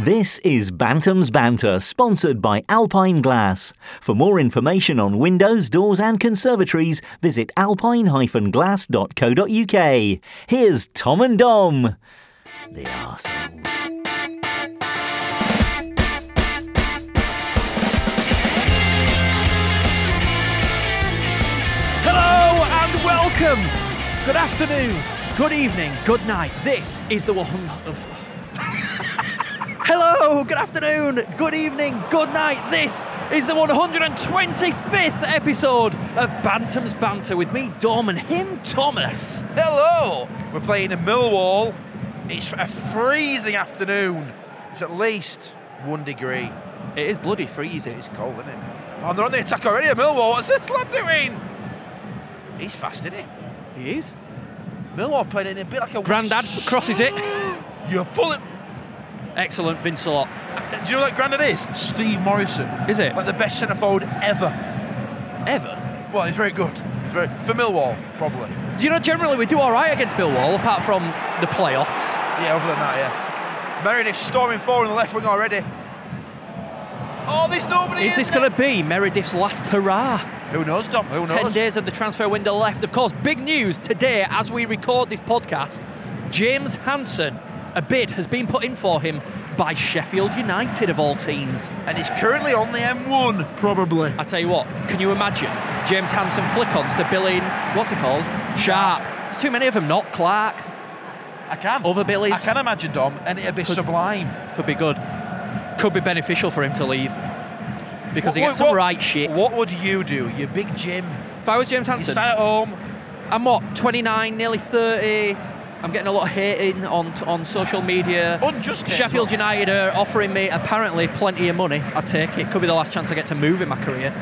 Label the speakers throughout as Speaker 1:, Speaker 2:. Speaker 1: This is Bantam's Banter, sponsored by Alpine Glass. For more information on windows, doors, and conservatories, visit alpine-glass.co.uk. Here's Tom and Dom. The arseholes.
Speaker 2: Hello and welcome. Good afternoon, good evening, good night. This is the one of. Hello, good afternoon, good evening, good night. This is the 125th episode of Bantam's Banter with me, Dom, and him, Thomas.
Speaker 3: Hello! We're playing in Millwall. It's a freezing afternoon. It's at least one degree.
Speaker 2: It is bloody freezing.
Speaker 3: It's cold, isn't it? Oh, they're on the attack already at Millwall. What's this lad doing? He's fast, isn't he?
Speaker 2: It is.
Speaker 3: Millwall playing in a bit like a...
Speaker 2: Grandad crosses it.
Speaker 3: You're pulling...
Speaker 2: Excellent, Vincelot.
Speaker 3: Do you know what Grandad is? Steve Morrison.
Speaker 2: Is it?
Speaker 3: Like the best centre forward ever.
Speaker 2: Ever.
Speaker 3: Well, he's very good. He's very... For Millwall, probably.
Speaker 2: Do you know, generally, we do all right against Millwall, apart from the playoffs.
Speaker 3: Yeah, other than that, yeah. Meredith storming forward on the left wing already. Oh, there's nobody
Speaker 2: Is
Speaker 3: in
Speaker 2: this
Speaker 3: there.
Speaker 2: going to be Meredith's last hurrah?
Speaker 3: Who knows, Dom? Who knows?
Speaker 2: 10 days of the transfer window left. Of course, big news today as we record this podcast James Hansen, a bid has been put in for him by Sheffield United, of all teams.
Speaker 3: And he's currently on the M1, probably.
Speaker 2: I tell you what, can you imagine James Hansen flick ons to Billy, what's it called? Sharp. There's too many of them, not Clark.
Speaker 3: I can.
Speaker 2: Other Billies.
Speaker 3: I can imagine Dom, and it'd be sublime.
Speaker 2: Could be good. Could be beneficial for him to leave because he
Speaker 3: What-
Speaker 2: gets some
Speaker 3: what-
Speaker 2: right shit.
Speaker 3: What would you do? Your big Jim.
Speaker 2: If I was James
Speaker 3: You
Speaker 2: Hansen,
Speaker 3: sat at home.
Speaker 2: I'm what 29, nearly 30. I'm getting a lot of hating on on social media.
Speaker 3: Unjust hate.
Speaker 2: Sheffield United are offering me apparently plenty of money. I take it. Could be the last chance I get to move in my career.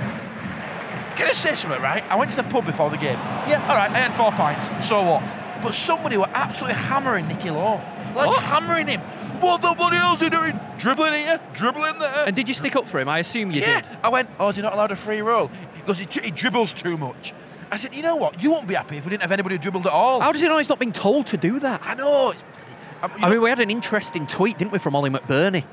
Speaker 3: Can I say something, right? I went to the pub before the game. Yeah, all right, I had four pints. So what? But somebody were absolutely hammering Nicky Law. Like,
Speaker 2: What?
Speaker 3: hammering him. What the bloody hell's he doing? Dribbling here, dribbling there.
Speaker 2: And did you stick up for him? I assume you
Speaker 3: yeah.
Speaker 2: did.
Speaker 3: I went, oh, is he not allowed a free roll? Because he, he dribbles too much. I said, you know what? You won't be happy if we didn't have anybody who dribbled at all.
Speaker 2: How does he know he's not been told to do that?
Speaker 3: I know. It's bloody-
Speaker 2: I mean, we had an interesting tweet, didn't we, from Ollie McBurney?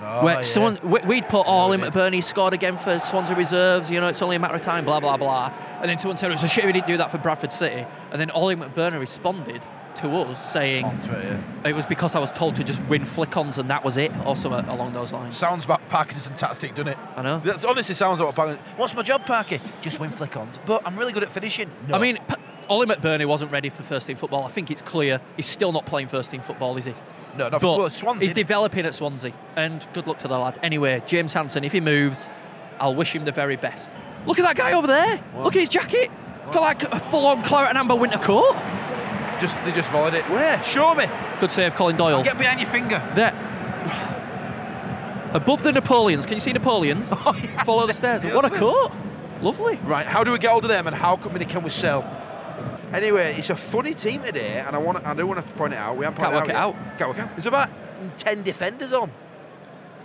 Speaker 3: Oh,
Speaker 2: where
Speaker 3: yeah.
Speaker 2: someone we, we'd put all
Speaker 3: we
Speaker 2: him
Speaker 3: did.
Speaker 2: at Burnley scored again for Swansea reserves. You know, it's only a matter of time. Blah blah blah. And then someone said it's a shame we didn't do that for Bradford City. And then Ollie McBurney responded to us saying
Speaker 3: Onto it, yeah.
Speaker 2: it was because I was told to just win flick-ons and that was it, or something along those lines.
Speaker 3: Sounds about Parkinson tactic, doesn't it?
Speaker 2: I know.
Speaker 3: That honestly sounds like what Parkinson. What's my job, Parky? Just win flick-ons. But I'm really good at finishing. No.
Speaker 2: I mean, P- Ollie McBurney wasn't ready for first team football. I think it's clear he's still not playing first team football, is he?
Speaker 3: no, no.
Speaker 2: But
Speaker 3: well, Swansea.
Speaker 2: he's developing at Swansea, and good luck to the lad. Anyway, James Hansen, if he moves, I'll wish him the very best. Look at that guy over there. Look at his jacket. It's got like a full-on claret and amber winter coat.
Speaker 3: just they just followed it. Where? Show me.
Speaker 2: Good save, Colin Doyle.
Speaker 3: Get behind your finger.
Speaker 2: There. Above the Napoleons. Can you see Napoleons? Follow the stairs. What a coat. Lovely.
Speaker 3: Right. How do we get hold of them, and how many can we sell? Anyway, it's a funny team today, and I want I do want to point it out. We haven't
Speaker 2: Can't
Speaker 3: pointed
Speaker 2: work it
Speaker 3: yet. Can't work out. There's about ten defenders on.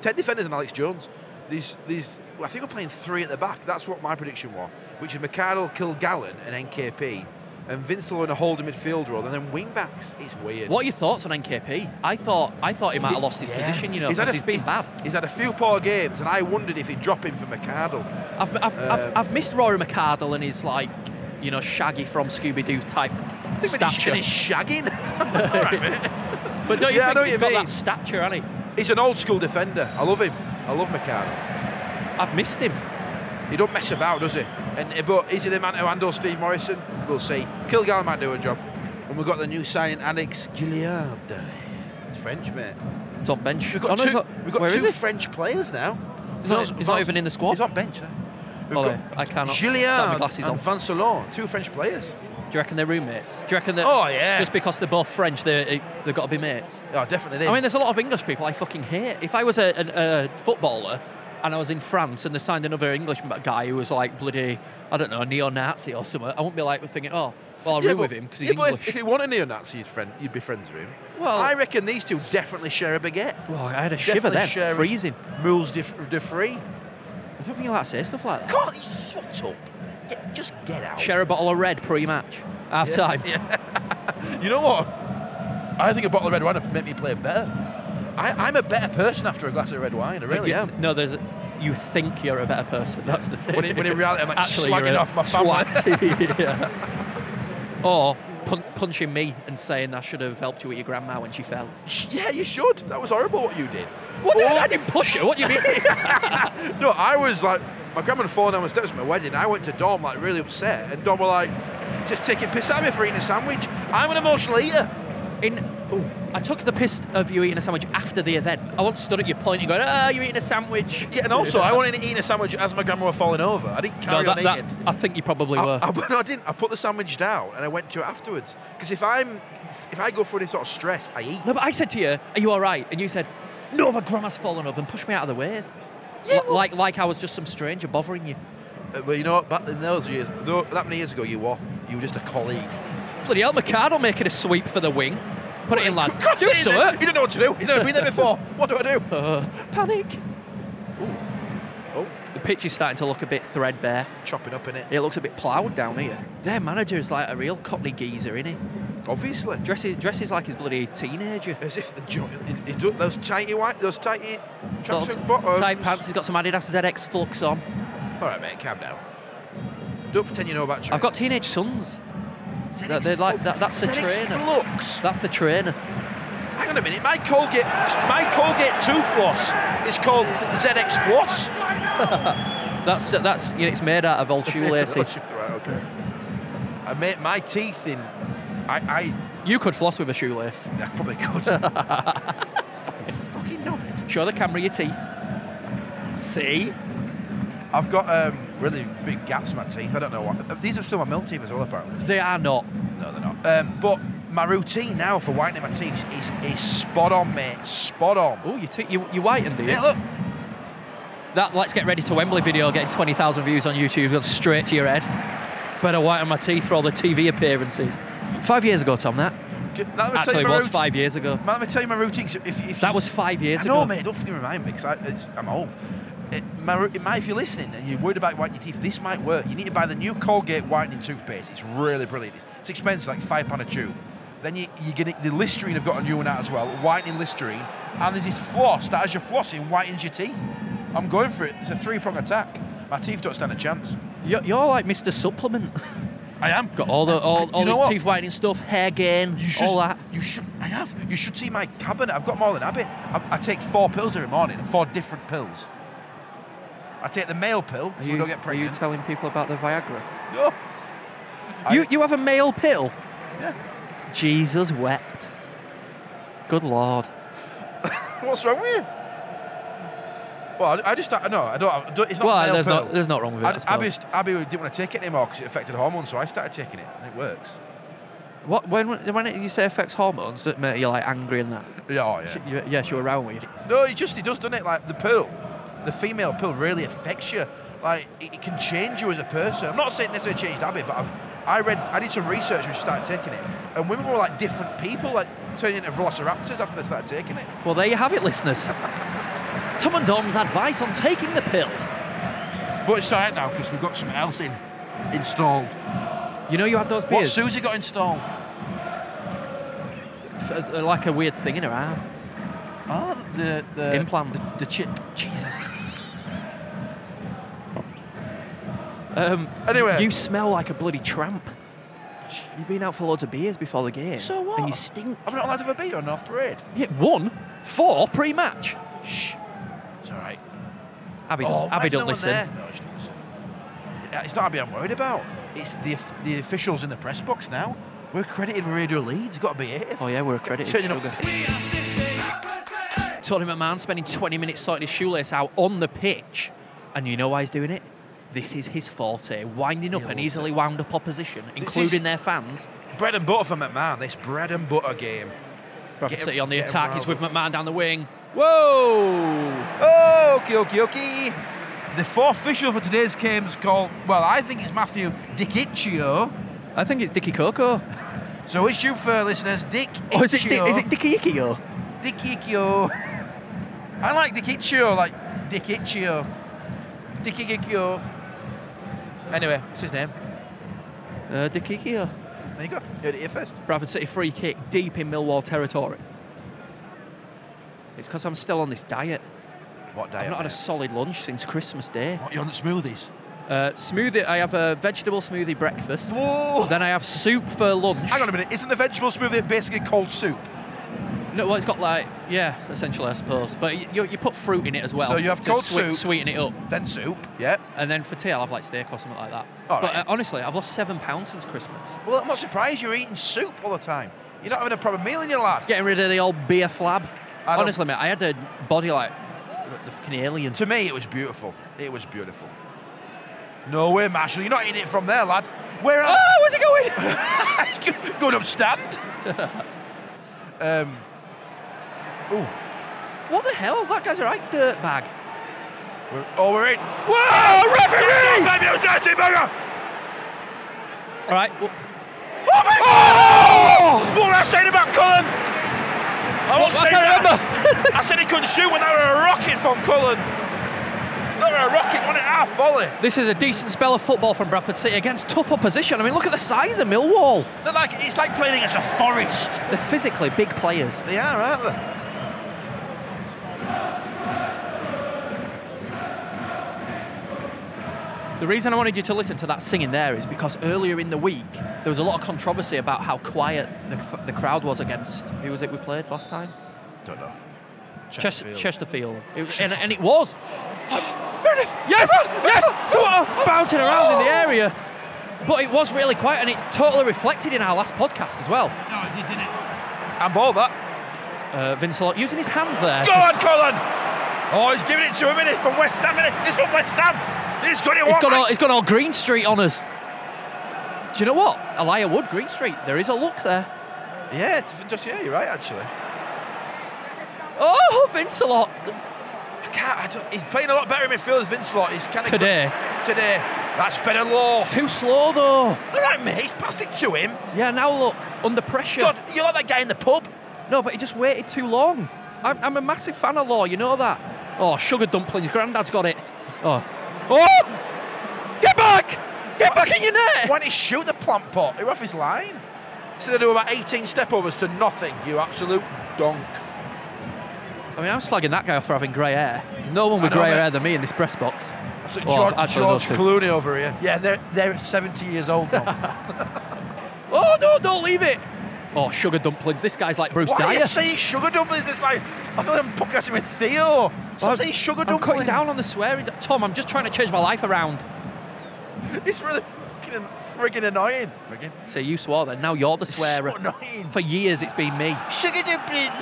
Speaker 3: Ten defenders and Alex Jones. These these. I think we're playing three at the back. That's what my prediction was, which is McArdle, Kilgallen, and NKP, and Vincel in a holding midfield role, and then wing backs. It's weird.
Speaker 2: What are your thoughts on NKP? I thought I thought he might have lost his
Speaker 3: Yeah.
Speaker 2: position, you know, because
Speaker 3: had a-
Speaker 2: he's been bad.
Speaker 3: He's had a few poor games, and I wondered if he'd drop him for McArdle.
Speaker 2: I've, I've,
Speaker 3: Um,
Speaker 2: I've, I've missed Rory McArdle and his like, you know, Shaggy from Scooby Doo type
Speaker 3: I think when he's-
Speaker 2: stature.
Speaker 3: when he's shagging. All right, mate.
Speaker 2: But don't you
Speaker 3: Yeah, I
Speaker 2: think
Speaker 3: know what
Speaker 2: he's
Speaker 3: you
Speaker 2: got
Speaker 3: mean.
Speaker 2: that stature, has he?
Speaker 3: He's an old school defender. I love him. I love McArdle.
Speaker 2: I've missed him.
Speaker 3: He don't mess about, does he? And eh, but is he the man to handle Steve Morrison? We'll see. Kilgallen might do a job. And we've got the new signing, Alex Gilliard. It's French, mate.
Speaker 2: He's on bench.
Speaker 3: We've got
Speaker 2: oh, no,
Speaker 3: two,
Speaker 2: he's not-
Speaker 3: we've got
Speaker 2: where is he?
Speaker 3: two French players now.
Speaker 2: He's not- he's not even in the squad?
Speaker 3: He's on bench. eh? We've
Speaker 2: Oh,
Speaker 3: got
Speaker 2: no, I cannot. Not my
Speaker 3: Gilliard
Speaker 2: glasses on.
Speaker 3: and Vancelon, two French players.
Speaker 2: Do you reckon they're roommates? Do you reckon that?
Speaker 3: Oh, yeah.
Speaker 2: Just because they're both French, they they've got to be mates.
Speaker 3: Oh, definitely. They,
Speaker 2: I mean, there's a lot of English people I fucking hate. If I was a, an, a footballer and I was in France and they signed another English m- guy who was like bloody, I don't know, a neo-Nazi or something, I wouldn't be like thinking, oh, well, I'll room with him because he's
Speaker 3: yeah, but
Speaker 2: English.
Speaker 3: If, if he wanted a neo-Nazi, you'd, friend, you'd be friends with him.
Speaker 2: Well-
Speaker 3: I reckon these two definitely share a baguette.
Speaker 2: Well, I had a shiver then, freezing.
Speaker 3: Rules def- de free.
Speaker 2: I don't think you'll like to say stuff like that.
Speaker 3: God, shut up. Get, just get out.
Speaker 2: Share a bottle of red pre-match, half time.
Speaker 3: You know what? I think a bottle of red wine would make me play better. I, I'm a better person after a glass of red wine. I really
Speaker 2: You-
Speaker 3: am.
Speaker 2: No, there's. A, you think you're a better person. That's the thing.
Speaker 3: When in- when in reality, I'm like
Speaker 2: Actually, you're
Speaker 3: slagging
Speaker 2: a
Speaker 3: off my family.
Speaker 2: twat. Yeah. Or pun- punching me and saying I should have helped you with your grandma when she fell.
Speaker 3: Sh- Yeah, you should. That was horrible what you did.
Speaker 2: What?
Speaker 3: Or-
Speaker 2: I didn't push her. What do you mean?
Speaker 3: No, I was like, my grandma fell down the steps at my wedding. I went to Dom like really upset, and Dom were like, just taking piss at me for eating a sandwich. I'm an emotional eater.
Speaker 2: In
Speaker 3: Ooh.
Speaker 2: I took the piss of you eating a sandwich after the event. I once stood at your point and going, "Ah, you're eating a sandwich."
Speaker 3: Yeah, and also I wanted to eat a sandwich as my grandma was falling over. I didn't
Speaker 2: No,
Speaker 3: carry
Speaker 2: that,
Speaker 3: on eating.
Speaker 2: that, I think you probably
Speaker 3: I,
Speaker 2: were.
Speaker 3: I, no, I didn't. I put the sandwich down and I went to it afterwards. Because if I'm, if I go through any sort of stress, I eat.
Speaker 2: no, but I said to you, "Are you all right?" And you said, "No, my grandma's fallen over and pushed me out of the way."
Speaker 3: Yeah,
Speaker 2: Li-
Speaker 3: well-
Speaker 2: like, like I was just some stranger bothering you.
Speaker 3: Uh, Well, you know, what, back in those years, though, that many years ago, you were, you were just a colleague.
Speaker 2: Bloody hell, McCardle making a sweep for the wing. Put it in, lad.
Speaker 3: Of course
Speaker 2: Do
Speaker 3: he didn't.
Speaker 2: so.
Speaker 3: He didn't know what to do. He's never been there before. What do I do?
Speaker 2: Uh, panic.
Speaker 3: Oh,
Speaker 2: The pitch is starting to look a bit threadbare.
Speaker 3: chopping up in it.
Speaker 2: It looks a bit ploughed down here. Their manager is like a real cockney geezer, isn't he?
Speaker 3: Obviously.
Speaker 2: Dresses, dresses like his bloody teenager.
Speaker 3: As if the jo- it- it do- those tighty white, those tighty
Speaker 2: Sort
Speaker 3: tracksuit
Speaker 2: of
Speaker 3: bottoms.
Speaker 2: Tight pants. He's got some Adidas ZX Flux on.
Speaker 3: All right, mate, calm down. Don't pretend you know about.
Speaker 2: I've got teenage sons.
Speaker 3: Xanax
Speaker 2: they're- they're like-
Speaker 3: Flu-
Speaker 2: that- that's the
Speaker 3: Xanax
Speaker 2: trainer.
Speaker 3: Flux.
Speaker 2: That's the trainer.
Speaker 3: Hang on a minute, my Colgate, my Colgate tooth floss is called ZX Floss.
Speaker 2: That's that's you know, it's made out of old shoelaces.
Speaker 3: right, okay. I made my teeth in. I,
Speaker 2: you could floss with a shoelace.
Speaker 3: I, I probably could. Fucking knob.
Speaker 2: Show the camera your teeth. See?
Speaker 3: I've got um, really big gaps in my teeth. I don't know what. These are still my milk teeth as well, apparently.
Speaker 2: They are not.
Speaker 3: No, they're not. Um, but my routine now for whitening my teeth is, is spot on, mate. Spot on.
Speaker 2: Oh, you te- you you whitened, do you?
Speaker 3: Yeah, look.
Speaker 2: That let's get ready to Wembley video getting twenty thousand views on YouTube goes straight to your head. Better whiten my teeth for all the TV appearances. Five years ago, Tom. That
Speaker 3: J- Let me tell
Speaker 2: actually
Speaker 3: you
Speaker 2: it
Speaker 3: my
Speaker 2: was
Speaker 3: routine.
Speaker 2: five years ago.
Speaker 3: Man, let me tell you my routine. 'cause If, if
Speaker 2: That was five years
Speaker 3: I know,
Speaker 2: ago.
Speaker 3: mate. Don't fucking remind me because I'm old. It, my, ru- it might, if you're listening and you're worried about whitening your teeth, this might work. You need to buy the new Colgate whitening toothpaste. It's really brilliant. It's, it's expensive, like five pound a tube. Then you, you're gonna the Listerine. I've got a new one out as well, whitening Listerine. And there's this floss that has your floss in whitens your teeth. I'm going for it. It's a three prong attack. My teeth don't stand a chance.
Speaker 2: You're, you're like Mr. Supplement.
Speaker 3: I am.
Speaker 2: Got all the all,
Speaker 3: You
Speaker 2: all
Speaker 3: know
Speaker 2: this
Speaker 3: what?
Speaker 2: teeth whitening stuff, hair gain,
Speaker 3: You should,
Speaker 2: all that.
Speaker 3: You should. I have. You should see my cabinet. I've got more than a habit. I, I take four pills every morning. Four different pills. I take the male pill so we don't get
Speaker 2: Are
Speaker 3: pregnant.
Speaker 2: you telling people about the Viagra?
Speaker 3: No. I-
Speaker 2: you you have a male pill.
Speaker 3: Yeah.
Speaker 2: Jesus wept. Good lord.
Speaker 3: What's wrong with you? Well, I, I just don't- no. I don't. I don't it's not
Speaker 2: well,
Speaker 3: male
Speaker 2: there's
Speaker 3: pill.
Speaker 2: not there's not wrong with it. I
Speaker 3: I, Abby,
Speaker 2: suppose.
Speaker 3: Abby didn't want to take it anymore because it affected hormones, so I started taking it, and it works.
Speaker 2: What when when it, you say affects hormones, that make you like angry and that.
Speaker 3: Yeah, oh,
Speaker 2: She-
Speaker 3: yeah.
Speaker 2: you- yeah, she were around with you.
Speaker 3: No, it just it does, doesn't it? Like the pill, the female pill really affects you. Like it, it can change you as a person. I'm not saying necessarily changed Abby, but I've I read I did some research when she started taking it, and women were like different people, like turning into velociraptors after they started taking it.
Speaker 2: Well, there you have it, listeners. Tom and Dom's advice on taking the pill.
Speaker 3: But it's alright now because we've got something else in installed.
Speaker 2: You know you had those
Speaker 3: What
Speaker 2: beers,
Speaker 3: Susie got installed?
Speaker 2: F- uh, like a weird thing in her arm.
Speaker 3: Ah, the the
Speaker 2: Implant.
Speaker 3: the, the chip.
Speaker 2: Jesus. Um,
Speaker 3: Anyway.
Speaker 2: you smell like a bloody tramp. You've been out for loads of beers before the game.
Speaker 3: So what?
Speaker 2: And you stink.
Speaker 3: I'm not allowed to have a beer on off parade.
Speaker 2: Yeah, one, four pre-match.
Speaker 3: Shh, it's alright.
Speaker 2: Abby,
Speaker 3: Oh,
Speaker 2: Abby
Speaker 3: why's
Speaker 2: don't
Speaker 3: no one
Speaker 2: listen.
Speaker 3: there? No, she don't listen. Yeah, It's not Abby I'm worried about. It's the the officials in the press box now. We're credited with Radio Leeds. Got to be it.
Speaker 2: Oh yeah, we're accredited.
Speaker 3: Turning
Speaker 2: sugar.
Speaker 3: up.
Speaker 2: Tony McMahon spending 20 minutes sorting his shoelace out on the pitch, and you know why he's doing it? This is his forte, winding up
Speaker 3: Yeah,
Speaker 2: an
Speaker 3: what's
Speaker 2: easily wound up opposition, including their fans.
Speaker 3: Bread and butter for McMahon. This bread and butter game.
Speaker 2: Bradford
Speaker 3: him-
Speaker 2: City on the
Speaker 3: get him
Speaker 2: attack, he's with
Speaker 3: riled
Speaker 2: McMahon down the wing. Whoa!
Speaker 3: Oh, okay, okay, okay. The fourth official for today's game is called. Well, I think it's Matthew Diciccio.
Speaker 2: I think it's Dicky Coco.
Speaker 3: So it's you for listeners, Dick.
Speaker 2: Or Oh, is it, Di-
Speaker 3: Iccio.
Speaker 2: is it Dicky Ikio?
Speaker 3: Diciccio? I like Diciccio, like Diciccio. Diciccio. Anyway, what's his name?
Speaker 2: Uh, Dicky Ikio.
Speaker 3: There you go. You heard it here first.
Speaker 2: Bradford City free kick deep in Millwall territory. It's because I'm still on this diet.
Speaker 3: What day?
Speaker 2: I've not had a
Speaker 3: mate?
Speaker 2: solid lunch since Christmas Day.
Speaker 3: What, you on the smoothies?
Speaker 2: Uh, smoothie. I have a vegetable smoothie breakfast.
Speaker 3: Whoa!
Speaker 2: Then I have soup for lunch.
Speaker 3: Hang on a minute. Isn't a vegetable smoothie basically cold soup?
Speaker 2: No, well, it's got like yeah, essentially I suppose. But y- you, you put fruit in it as well.
Speaker 3: So you have
Speaker 2: to
Speaker 3: cold
Speaker 2: swe-
Speaker 3: soup.
Speaker 2: sweeten it up,
Speaker 3: Then soup. Yeah.
Speaker 2: and then for tea I'll have like steak or something like that.
Speaker 3: All
Speaker 2: but
Speaker 3: right.
Speaker 2: uh, honestly, I've lost seven pounds since Christmas.
Speaker 3: Well, I'm not surprised you're eating soup all the time. You're not having a proper meal in your life.
Speaker 2: Getting rid of the old beer flab.
Speaker 3: I don't-
Speaker 2: Honestly, mate, I had a body like the fucking alien.
Speaker 3: To me, it was beautiful. It was beautiful. No way, Marshall. You're not eating it from there, lad. Where else?
Speaker 2: Oh, where's it going?
Speaker 3: It's go- going up stand. um. Oh,
Speaker 2: what the hell? That guy's a right dirtbag.
Speaker 3: we're, oh, we're in. Oh,
Speaker 2: Whoa, referee!
Speaker 3: Damn you, dirty bugger!
Speaker 2: All right. Well,
Speaker 3: Oh my God!
Speaker 4: What was I saying about Cullen? I
Speaker 2: What-
Speaker 4: won't
Speaker 2: I
Speaker 4: say
Speaker 2: can't
Speaker 4: that. I said he couldn't shoot when they were a rocket from Cullen. They were a rocket, one and a half volley.
Speaker 2: This is a decent spell of football from Bradford City against tough opposition. I mean, look at the size of Millwall.
Speaker 4: They're like it's like playing against a forest.
Speaker 2: They're physically big players.
Speaker 3: They are, aren't they?
Speaker 2: The reason I wanted you to listen to that singing there is because earlier in the week there was a lot of controversy about how quiet the, f- the crowd was against who was it we played last time?
Speaker 3: Don't know.
Speaker 2: Chest-
Speaker 3: Chesterfield.
Speaker 2: Chesterfield. It was, and, and it was. yes, yes. So it's bouncing around in the area, but it was really quiet, and it totally reflected in our last podcast as well.
Speaker 4: No, he did, didn't.
Speaker 3: And ball that.
Speaker 2: Uh, Vince Lott using his hand there.
Speaker 4: Go on, Cullen. Oh, he's giving it to him, innit? From West Ham, innit? It's from West Ham. He's got it
Speaker 2: It's
Speaker 4: one.
Speaker 2: got,
Speaker 4: mate.
Speaker 2: all, it's got all Green Street on us. Do you know what? Elijah Wood, Green Street. There is a look there.
Speaker 3: Yeah, t- just yeah, you're right actually.
Speaker 2: Oh, Vince Lott
Speaker 3: I can't. I don't, he's playing a lot better in midfield as Vince Lott. He's kind of
Speaker 2: today.
Speaker 3: Today. That's better law.
Speaker 2: Too slow though.
Speaker 3: All right, mate. He's passed it to him.
Speaker 2: Yeah, now look, under pressure.
Speaker 3: God, you're like that guy in the pub.
Speaker 2: No, but he just waited too long. I'm, I'm a massive fan of Law, you know that. Oh, sugar dumplings, granddad's got it. Oh. Oh! Get back! Get back in your net!
Speaker 3: Why didn't he shoot the plant pot? He was off his line. So they do about 18 step overs to nothing. You absolute donk.
Speaker 2: I mean, I'm slagging that guy off for having grey hair. There's No one with
Speaker 3: I know,
Speaker 2: greyer
Speaker 3: mate.
Speaker 2: hair than me in this press box.
Speaker 3: Absolute
Speaker 2: Oh,
Speaker 3: George,
Speaker 2: actually,
Speaker 3: George
Speaker 2: those two.
Speaker 3: Clooney over here. Yeah, they're they're 70 years old now.
Speaker 2: Oh, no, don't leave it! Oh, sugar dumplings, this guy's like Bruce
Speaker 3: Why are
Speaker 2: Dyer.
Speaker 3: you saying sugar dumplings? It's like I feel like I'm podcasting with Theo. Stop
Speaker 2: I'm-
Speaker 3: saying sugar
Speaker 2: I'm
Speaker 3: dumplings.
Speaker 2: cutting down on the swearing. Tom, I'm just trying to change my life around.
Speaker 3: It's really fucking an- friggin' annoying. Friggin'
Speaker 2: So you swore then, now you're the swearer.
Speaker 3: So annoying.
Speaker 2: For years it's been me.
Speaker 3: Sugar dumplings.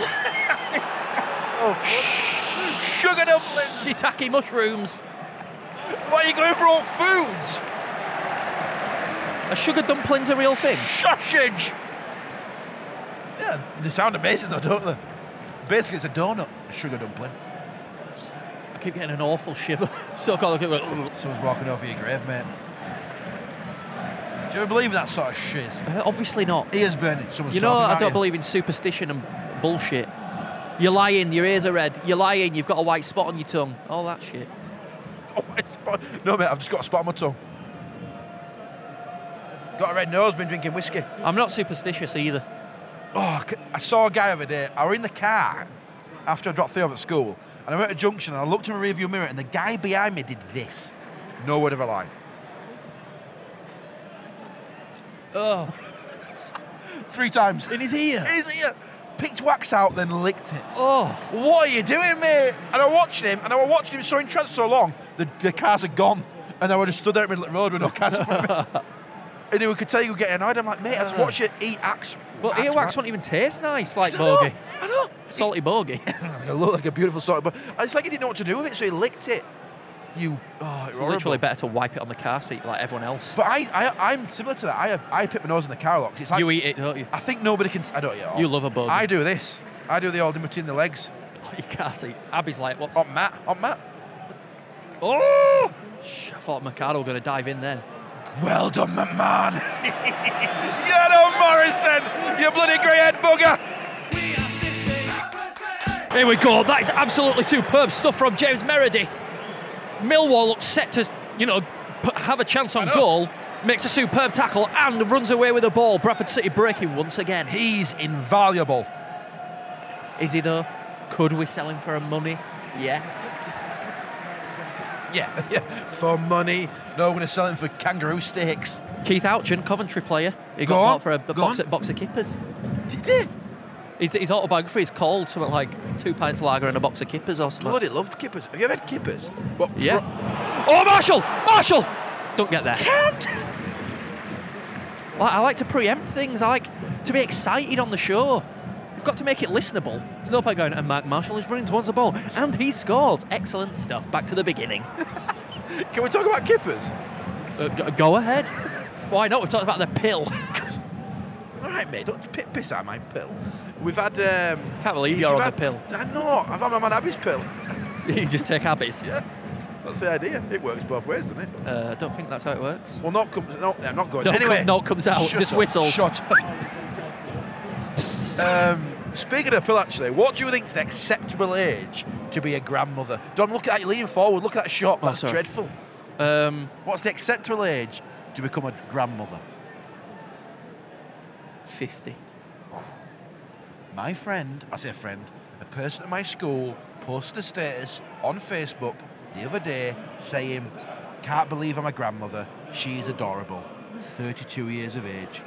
Speaker 3: oh, fuck. sugar dumplings.
Speaker 2: Shiitake mushrooms.
Speaker 3: Why are you going for all foods?
Speaker 2: Are sugar dumplings a real thing?
Speaker 3: sausage. Yeah, they sound amazing though, don't they? Basically, it's a donut, a sugar dumpling.
Speaker 2: I keep getting an awful shiver. so got to look at
Speaker 3: Someone's walking over your grave, mate. Do you ever believe that sort of shiz?
Speaker 2: Uh, obviously not.
Speaker 3: Ears burning. Someone's
Speaker 2: You know,
Speaker 3: talking
Speaker 2: I
Speaker 3: about
Speaker 2: don't
Speaker 3: you.
Speaker 2: believe in superstition and bullshit. You're lying, your ears are red. You're lying, you've got a white spot on your tongue. All that shit.
Speaker 3: Oh, it's spot- no, mate, I've just got a spot on my tongue. Got a red nose, been drinking whiskey.
Speaker 2: I'm not superstitious either.
Speaker 3: Oh, I c- I saw a guy the other day. I were in the car after I dropped Theo off at school, and I went to a junction and I looked in my rearview mirror, and the guy behind me did this. No word of a lie.
Speaker 2: Oh,
Speaker 3: Three times.
Speaker 2: in his ear.
Speaker 3: Is it? Picked wax out, then licked it.
Speaker 2: Oh,
Speaker 3: What are you doing, mate? And I watched him, and I watched him so entranced so long, the, the cars had gone, and I would have stood there in the middle of the road with no cars in front of me. And he could tell you were getting annoyed. I'm like, mate, I just watched you eat axe.
Speaker 2: but
Speaker 3: axe
Speaker 2: earwax won't even taste nice like
Speaker 3: I know,
Speaker 2: bogey.
Speaker 3: I know.
Speaker 2: Salty bogey.
Speaker 3: It looked like a beautiful sort of, but it's like he didn't know what to do with it, so he licked it. You, oh, it's
Speaker 2: it's
Speaker 3: horrible.
Speaker 2: literally better to wipe it on the car seat like everyone else.
Speaker 3: But I, I, I'm similar to that. I, I pick my nose in the car a lot 'cause it's like
Speaker 2: you eat it, don't you?
Speaker 3: I think nobody can. s- I don't. Yeah,
Speaker 2: You love a bug.
Speaker 3: I do this. I do the old in between the legs.
Speaker 2: On your car seat. Abby's like, what's.
Speaker 3: On Matt. On Matt.
Speaker 2: Oh! Sh- I thought Mercado were going to dive in then.
Speaker 3: Well done, my man. Get on, Morrison. You bloody grey-head bugger.
Speaker 2: Here we go. That is absolutely superb stuff from James Meredith. Millwall looks set to, you know, p- have a chance on goal. Makes a superb tackle and runs away with the ball. Bradford City breaking once again.
Speaker 3: He's invaluable.
Speaker 2: Is he though? Could we sell him for a money? Yes.
Speaker 3: Yeah, yeah. For money. No, we're going to sell him for kangaroo steaks.
Speaker 2: Keith Ouchin, Coventry player. He
Speaker 3: Go
Speaker 2: got
Speaker 3: on,
Speaker 2: bought for a,
Speaker 3: go
Speaker 2: a box,
Speaker 3: on.
Speaker 2: box of kippers.
Speaker 3: Did it?
Speaker 2: His, his autobiography is called something like Two Pints Lager and a Box of Kippers or something.
Speaker 3: Bloody love kippers. Have you ever had kippers? What,
Speaker 2: Yeah. Oh, Marshall! Marshall! Don't get there. Well, I like to preempt things. I like to be excited on the show. You've got to make it listenable. There's no point going, and Mark Marshall is running towards the ball, and he scores. Excellent stuff. Back to the beginning.
Speaker 3: pro- Can we talk about kippers?
Speaker 2: Uh, g- go ahead. Why not? We've talked about the pill.
Speaker 3: All right, mate. Don't pi- piss out my pill. We've had. Um,
Speaker 2: Can't believe
Speaker 3: if
Speaker 2: you're
Speaker 3: you've
Speaker 2: on the
Speaker 3: had-
Speaker 2: pill.
Speaker 3: I know. I've had my man Abby's pill.
Speaker 2: you just take habits.
Speaker 3: yeah. That's the idea. It works both ways, doesn't it?
Speaker 2: Uh, I don't think that's how it works.
Speaker 3: Well, not comes. No, I'm not going.
Speaker 2: Not
Speaker 3: anyway,
Speaker 2: come- not comes out,
Speaker 3: Shut
Speaker 2: just
Speaker 3: up,
Speaker 2: whistle.
Speaker 3: Shut up. um, speaking of pill, actually, what do you think is the acceptable age to be a grandmother? Don, look at that. You're leaning forward. Look at that shot.
Speaker 2: Oh,
Speaker 3: That's
Speaker 2: sorry.
Speaker 3: dreadful.
Speaker 2: Um,
Speaker 3: What's the acceptable age to become a grandmother?
Speaker 2: 50.
Speaker 3: My friend, I say friend, a person at my school posted a status on Facebook the other day saying, "Can't believe I'm a grandmother. She's adorable. 32 years of age."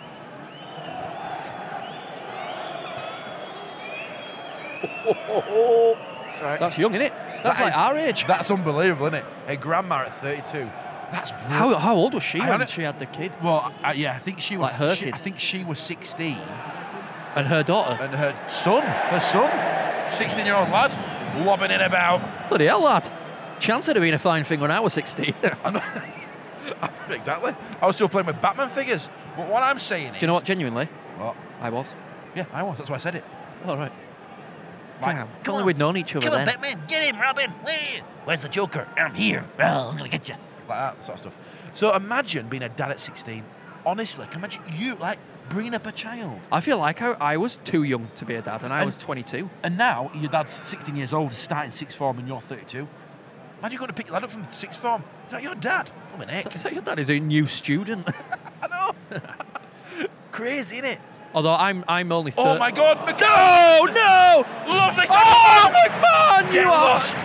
Speaker 3: Right.
Speaker 2: That's young, isn't it? That's
Speaker 3: That
Speaker 2: like
Speaker 3: is-
Speaker 2: our age.
Speaker 3: That's unbelievable, isn't it? A grandma at 32. That's brilliant.
Speaker 2: How, how old was she
Speaker 3: I
Speaker 2: when
Speaker 3: don't-
Speaker 2: she had the kid?
Speaker 3: Well, I, yeah, I think she was.
Speaker 2: Like her
Speaker 3: she-
Speaker 2: kid.
Speaker 3: I think she was 16,
Speaker 2: And her daughter?
Speaker 3: and her son, her son, 16-year-old lad, lobbing it about.
Speaker 2: Bloody hell, lad. Chance would have been a fine thing when I was 16. Do
Speaker 3: I know- exactly. I was still playing with Batman figures. But what I'm saying is,
Speaker 2: you know what? Genuinely,
Speaker 3: What?
Speaker 2: I was.
Speaker 3: Yeah, I was. That's why I said it.
Speaker 2: All right.
Speaker 3: Right.
Speaker 2: Damn. If
Speaker 3: Come
Speaker 2: only
Speaker 3: on.
Speaker 2: we'd known each other
Speaker 5: Kill him,
Speaker 2: then.
Speaker 5: Batman! Get him, Robin! Where's the Joker? I'm here. Oh, I'm gonna get you.
Speaker 3: Like that sort of stuff. So imagine being a dad at 16. Honestly, can you imagine you like bringing up a child.
Speaker 2: I feel like I, I was too young to be a dad, and I
Speaker 3: And-
Speaker 2: was 22.
Speaker 3: And now your dad's 16 years old, starting sixth form, and you're 32. Imagine you're going to pick your lad up from sixth form. Is that your dad? I'm an
Speaker 2: Is
Speaker 3: egg.
Speaker 2: that your dad is a new student?
Speaker 3: I know. Crazy, isn't it?
Speaker 2: Although I'm I'm only. Thir-
Speaker 3: Oh my God,
Speaker 2: Oh
Speaker 3: McCann!
Speaker 2: no!
Speaker 4: Lovely
Speaker 2: Oh
Speaker 4: tackle!
Speaker 2: McMahon,
Speaker 4: Get
Speaker 2: you are.
Speaker 4: lost!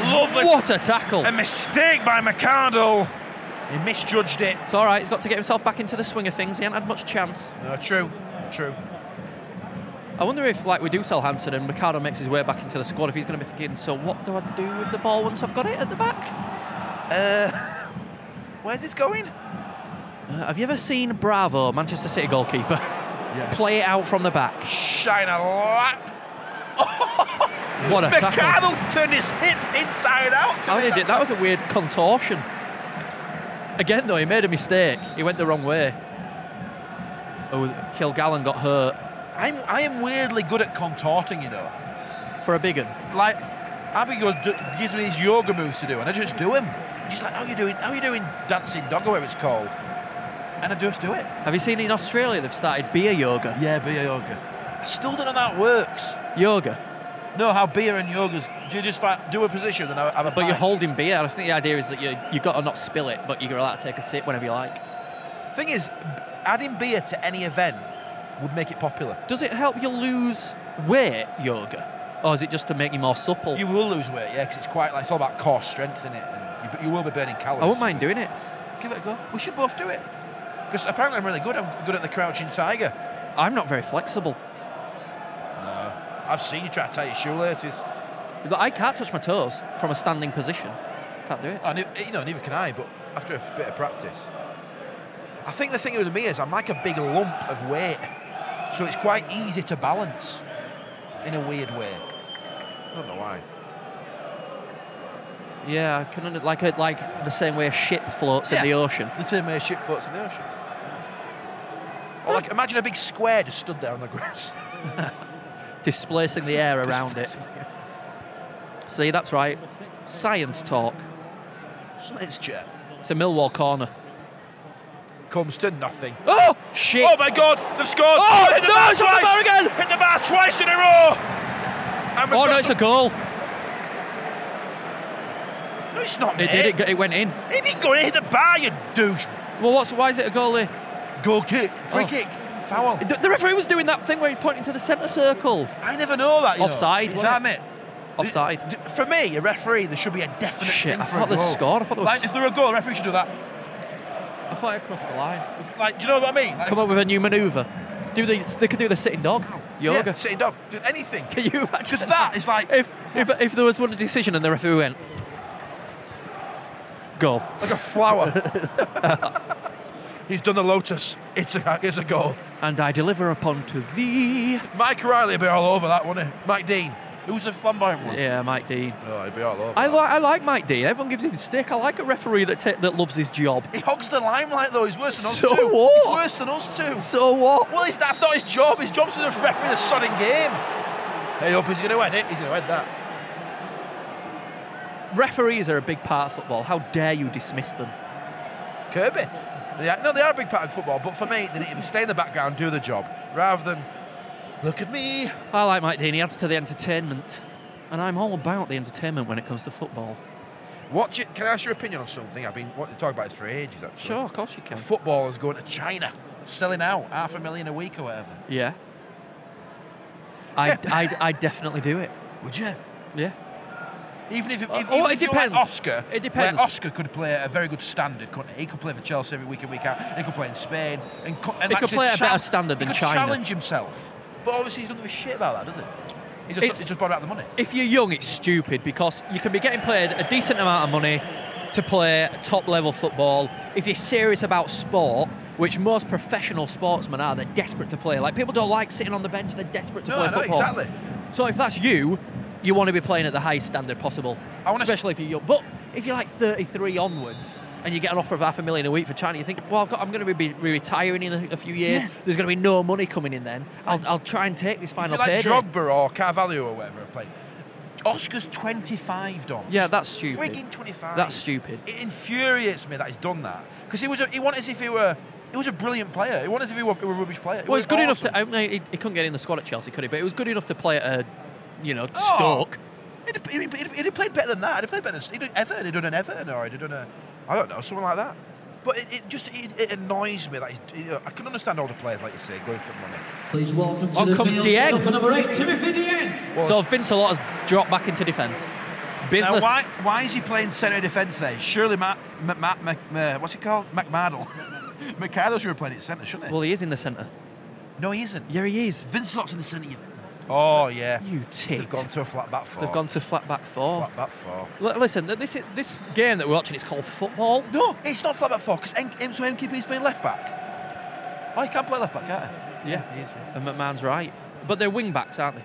Speaker 4: Lovely.
Speaker 2: What a tackle!
Speaker 4: A mistake by Mercado.
Speaker 3: He misjudged it.
Speaker 2: It's all right. He's got to get himself back into the swing of things. He ain't had much chance.
Speaker 3: No, true, true.
Speaker 2: I wonder if, like, we do sell Hanson and Ricardo makes his way back into the squad, if he's going to be thinking, so what do I do with the ball once I've got it at the back?
Speaker 3: Uh, where's this going?
Speaker 2: Uh, have you ever seen Bravo, Manchester City goalkeeper,
Speaker 3: Yeah.
Speaker 2: play it out from the back?
Speaker 4: Shine a lot.
Speaker 2: What a tackle!
Speaker 3: McCardle turned his hip inside out. to
Speaker 2: How
Speaker 3: make
Speaker 2: did it? That was a weird contortion. Again, though, he made a mistake. He went the wrong way. Oh, Kilgallen got hurt
Speaker 3: I'm, I am weirdly good at contorting, you know.
Speaker 2: for a big one.
Speaker 3: Like, Abby goes, d- gives me these yoga moves to do, and I just do them. She's like, how you doing? How you doing dancing dog or whatever it's called? And I just do it.
Speaker 2: Have you seen in Australia they've started beer yoga?
Speaker 3: Yeah, beer yoga. I still don't know how that works.
Speaker 2: Yoga,
Speaker 3: No, how beer and yoga's, do you just like do a position and have have a
Speaker 2: but you're
Speaker 3: pint?
Speaker 2: holding beer. I think the idea is that you you got to not spill it, but you're allowed to take a sip whenever you like.
Speaker 3: Thing is, b- adding beer to any event would make it popular.
Speaker 2: Does it help you lose weight, yoga, or is it just to make you more supple?
Speaker 3: You will lose weight, yeah, because it's quite like it's all about core strength in it, and you, you will be burning calories.
Speaker 2: I wouldn't mind doing it.
Speaker 3: Give it a go. We should both do it. Because apparently I'm really good. I'm good at the crouching tiger.
Speaker 2: I'm not very flexible.
Speaker 3: No, I've seen you try to tie your shoelaces.
Speaker 2: I can't touch my toes from a standing position. Can't do it.
Speaker 3: And it- Oh, eh, you know, neither can I. But after a bit of practice, I think the thing with me is I'm like a big lump of weight, so it's quite easy to balance in a weird way. I don't know why.
Speaker 2: Yeah, I can under, like a, like the same way a ship floats
Speaker 3: Yeah.
Speaker 2: in the ocean.
Speaker 3: The same way a ship floats in the ocean. Or like, imagine a big square just stood there on the grass.
Speaker 2: displacing the air around it. See, that's right. Science talk.
Speaker 3: Science chair
Speaker 2: It's a Millwall corner.
Speaker 3: comes to nothing.
Speaker 2: Oh shit!
Speaker 4: Oh my God! They've scored.
Speaker 2: Oh,
Speaker 4: Hit the
Speaker 2: no,
Speaker 4: bar
Speaker 2: it's on the
Speaker 4: twice.
Speaker 2: bar again.
Speaker 4: Hit the bar twice in a row.
Speaker 3: And we've
Speaker 2: Oh,
Speaker 3: got
Speaker 2: no, it's a
Speaker 3: some-
Speaker 2: goal.
Speaker 3: no, it's not.
Speaker 2: It
Speaker 3: mate.
Speaker 2: did. It, go- it went in.
Speaker 4: If he go and hit the bar, you
Speaker 3: douche
Speaker 2: Well, what's why is it a goalie?
Speaker 3: goal kick, free
Speaker 2: Oh.
Speaker 3: kick, Foul.
Speaker 2: The, the referee was doing that thing where he pointed to the centre circle.
Speaker 3: I never know that. you know.
Speaker 2: Offside.
Speaker 3: Is that it?
Speaker 2: Offside.
Speaker 3: D- For me, a referee, there should be a definite
Speaker 2: Shit,
Speaker 3: thing
Speaker 2: I
Speaker 3: for a
Speaker 2: thought they'd
Speaker 3: goal.
Speaker 2: scored. I thought there was-
Speaker 3: Like, if there were a goal, a referee should do that.
Speaker 2: I thought I crossed the line.
Speaker 3: If- Like, do you know what I mean? Like,
Speaker 2: Come up with a new manoeuvre. Do the, They could do the sitting dog. Yoga.
Speaker 3: Yeah, sitting dog. Just anything.
Speaker 2: Can you imagine?
Speaker 3: Because that is like
Speaker 2: If, if, if there was one decision and the referee went, goal.
Speaker 3: like a flower. He's done the lotus. It's a it's a goal.
Speaker 2: And I deliver upon to thee.
Speaker 3: Mike Riley would be all over that, wouldn't he? Mike Dean. Who's the flamboyant one?
Speaker 2: Yeah, Mike Dean.
Speaker 3: Oh, he'd be all over.
Speaker 2: I,
Speaker 3: that.
Speaker 2: li- I like Mike Dean. Everyone gives him stick. I like a referee that ta- that loves his job.
Speaker 3: he hogs the limelight though. He's worse than us
Speaker 2: So
Speaker 3: two.
Speaker 2: what?
Speaker 3: He's worse than us two.
Speaker 2: So what?
Speaker 3: Well, it's, that's not his job. His job's to just referee the sodding game. Hey, up, he's going to head it. He's going to head that.
Speaker 2: Referees are a big part of football. How dare you dismiss them?
Speaker 3: Kirby. They are, no, they are a big part of football, but for me, they need to stay in the background, do the job, rather than look at me.
Speaker 2: I like Mike Dean. He adds to the entertainment. And I'm all about the entertainment when it comes to football.
Speaker 3: Watch it. Can I ask your opinion on something? I've been wanting to talk about this for ages. Actually.
Speaker 2: Sure, of course you can.
Speaker 3: Footballers going to China, selling out half a million a week or whatever.
Speaker 2: Yeah. I I I definitely do it.
Speaker 3: Would you?
Speaker 2: Yeah.
Speaker 3: Even if, it-
Speaker 2: Oh,
Speaker 3: if,
Speaker 2: oh,
Speaker 3: even
Speaker 2: it
Speaker 3: if you're like
Speaker 2: depends.
Speaker 3: Oscar,
Speaker 2: It depends.
Speaker 3: Where Oscar could play at a very good standard, couldn't he? He could play for Chelsea every week and week out. He could play in Spain and, co- and
Speaker 2: He could
Speaker 3: actually
Speaker 2: play at a better
Speaker 3: chal-
Speaker 2: standard
Speaker 3: he
Speaker 2: than
Speaker 3: could
Speaker 2: China.
Speaker 3: Challenge himself, but obviously he's not give a shit about that, does he? He
Speaker 2: It's-
Speaker 3: just, he just bought out the money.
Speaker 2: If you're young, it's stupid because you can be getting paid a decent amount of money to play top level football. If you're serious about sport, which most professional sportsmen are, they're desperate to play. Like people don't like sitting on the bench; they're desperate to
Speaker 3: No,
Speaker 2: play
Speaker 3: I know,
Speaker 2: football.
Speaker 3: exactly.
Speaker 2: So if that's you, you want to be playing at the highest standard possible,
Speaker 3: I wanna s-
Speaker 2: especially if you're young. But if you're like 33 onwards and you get an offer of half a million a week for China, you think, well, I've got, I'm going to be be retiring in a, a few years. There's going to be no money coming in then. I'll, I'll try and take this
Speaker 3: If
Speaker 2: final
Speaker 3: you like
Speaker 2: payday.
Speaker 3: Drogba or Carvalho or whatever have played. Oscar's 25, Dom.
Speaker 2: Yeah,
Speaker 3: He's
Speaker 2: that's stupid.
Speaker 3: Frigging 25.
Speaker 2: That's stupid.
Speaker 3: It infuriates me that he's done that because he was a, he wanted as if he were he was a brilliant player. He wanted as if he were, he were a rubbish player. He
Speaker 2: Well,
Speaker 3: was
Speaker 2: it's good enough
Speaker 3: awesome.
Speaker 2: to. I mean, he, he couldn't get in the squad at Chelsea, could he? But it was good enough to play at a, you know,
Speaker 3: Oh.
Speaker 2: Stoke.
Speaker 3: He'd have, he'd, have- he'd have played better than that. He'd have played better than he'd have, Everton. He'd have done an Everton or he'd have done a, I don't know, someone like that. But it, it just it, it annoys me that he's, you know, I can understand all the players like you say going for money.
Speaker 6: Please welcome to
Speaker 2: On
Speaker 6: the
Speaker 2: comes
Speaker 6: field
Speaker 2: Dieng.
Speaker 6: number- number eight, Timothy Dieng.
Speaker 2: So Vince Lotter's dropped back into defence.
Speaker 3: Now
Speaker 2: Business.
Speaker 3: why why is he playing centre defence there? Surely Matt, Matt, Matt, Mac- Ma- what's he called? McMardle. McArdle should be playing at centre, shouldn't he?
Speaker 2: Well, he is in the centre.
Speaker 3: no, he isn't.
Speaker 2: Yeah, he is.
Speaker 3: Vince Locke's in the centre. you- Oh yeah.
Speaker 2: You tit.
Speaker 3: They've gone to a flat back four.
Speaker 2: They've gone to flat back four.
Speaker 3: flat back four.
Speaker 2: L- listen, th- this this game that we're watching is called football.
Speaker 3: No, it's not flat back four because M- so MKP's playing left back. Oh, he can't play left back, can he?
Speaker 2: Yeah.
Speaker 3: he is. yeah.
Speaker 2: And McMahon's right, but they're wing backs, aren't they?